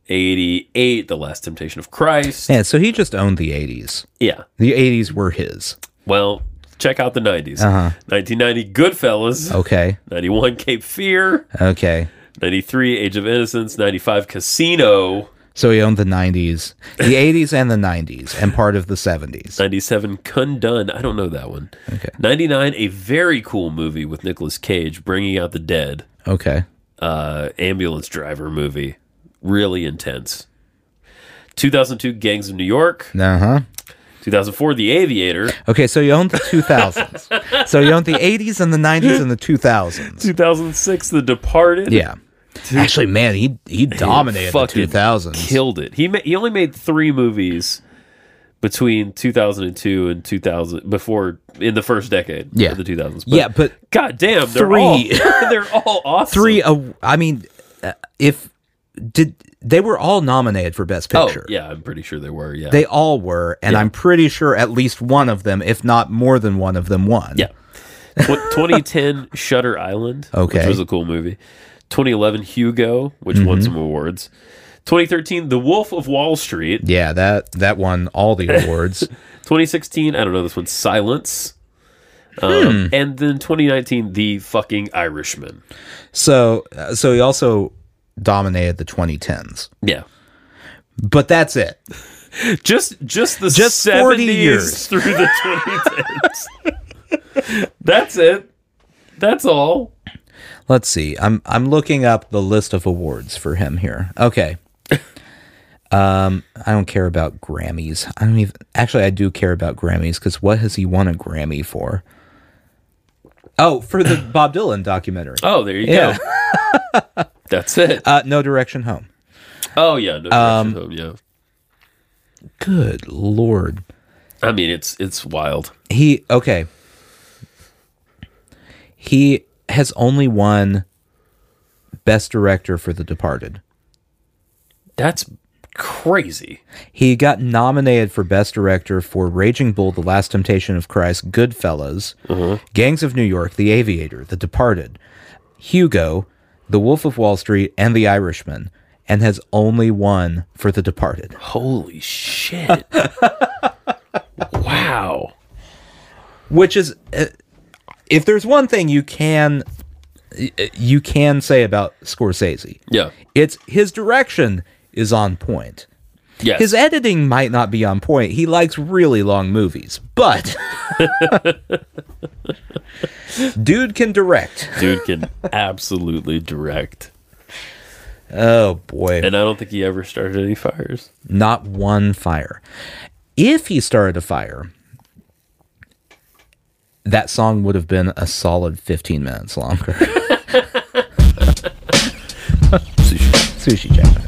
S2: 88 The Last Temptation of Christ.
S1: Yeah, so he just owned the 80s.
S2: Yeah.
S1: The 80s were his.
S2: Well, check out the 90s.
S1: Uh-huh.
S2: 1990 Goodfellas,
S1: Okay.
S2: 91 Cape Fear,
S1: Okay.
S2: 93 Age of Innocence, 95 Casino,
S1: So he owned the 90s, the 80s and the 90s, and part of the 70s.
S2: 97 Kundun. I don't know that one.
S1: Okay.
S2: 99 a very cool movie with Nicolas Cage bringing out the dead.
S1: Okay.
S2: uh, ambulance driver movie. Really intense. 2002 Gangs of New York.
S1: Uh huh.
S2: 2004 The Aviator.
S1: Okay, so he owned the 2000s. so he owned the 80s and the 90s and the 2000s.
S2: 2006 The Departed.
S1: Yeah. Actually, man, he he dominated the
S2: fucking
S1: 2000s.
S2: Killed it. He ma- he only made 3 movies between 2002 and 2000 before in the first decade
S1: Yeah.
S2: of the 2000s.
S1: yeah, but
S2: god damn, they're
S1: Three.
S2: all they're all awesome.
S1: three. Uh, I mean, uh, if did they were all nominated for Best
S2: Oh,
S1: Picture?
S2: yeah, I'm pretty sure they were. Yeah.
S1: They all were, and I'm pretty sure at least one of them, if not more than one of them, won.
S2: Yeah. Tw- 2010 Shutter Island,
S1: Okay. Mm-hmm.
S2: which was a cool movie. 2011 Hugo, which won some awards. 2013 The Wolf of Wall Street.
S1: Yeah, that that won all the awards.
S2: 2016, I don't know this one, Silence. Um,
S1: Hmm.
S2: And then 2019 The Fucking Irishman.
S1: so uh, so he also dominated the 2010s.
S2: Yeah.
S1: But that's it.
S2: Just just the
S1: Just
S2: 70s
S1: 40 years.
S2: through the 2010s. That's it. That's all.
S1: Let's see. I'm I'm looking up the list of awards for him here. Okay. Um, I don't care about Grammys. I don't even actually I do care about Grammys because what has he won a Grammy for? Oh, for the Bob Dylan documentary.
S2: Oh, there you
S1: Yeah.
S2: go. That's it.
S1: Uh, no direction home.
S2: oh yeah, no um, home, yeah.
S1: Good lord.
S2: I mean, it's it's wild.
S1: He okay. He has only won Best Director for The Departed.
S2: That's crazy.
S1: He got nominated for Best Director for Raging Bull, The Last Temptation of Christ, Goodfellas, Gangs of New York, The Aviator, The Departed, Hugo, The Wolf of Wall Street, and The Irishman, and has only won for The Departed.
S2: Holy shit. wow.
S1: Which is, uh, if there's one thing you can you can say about Scorsese,
S2: Yeah.
S1: it's his direction is on point.
S2: Yes.
S1: His editing might not be on point. He likes really long movies, but dude can direct.
S2: Dude can absolutely direct.
S1: Oh boy,
S2: And I don't think he ever started any fires.
S1: not one fire. If he started a fire, that song would have been a solid 15 minutes longer. Sushi Jack.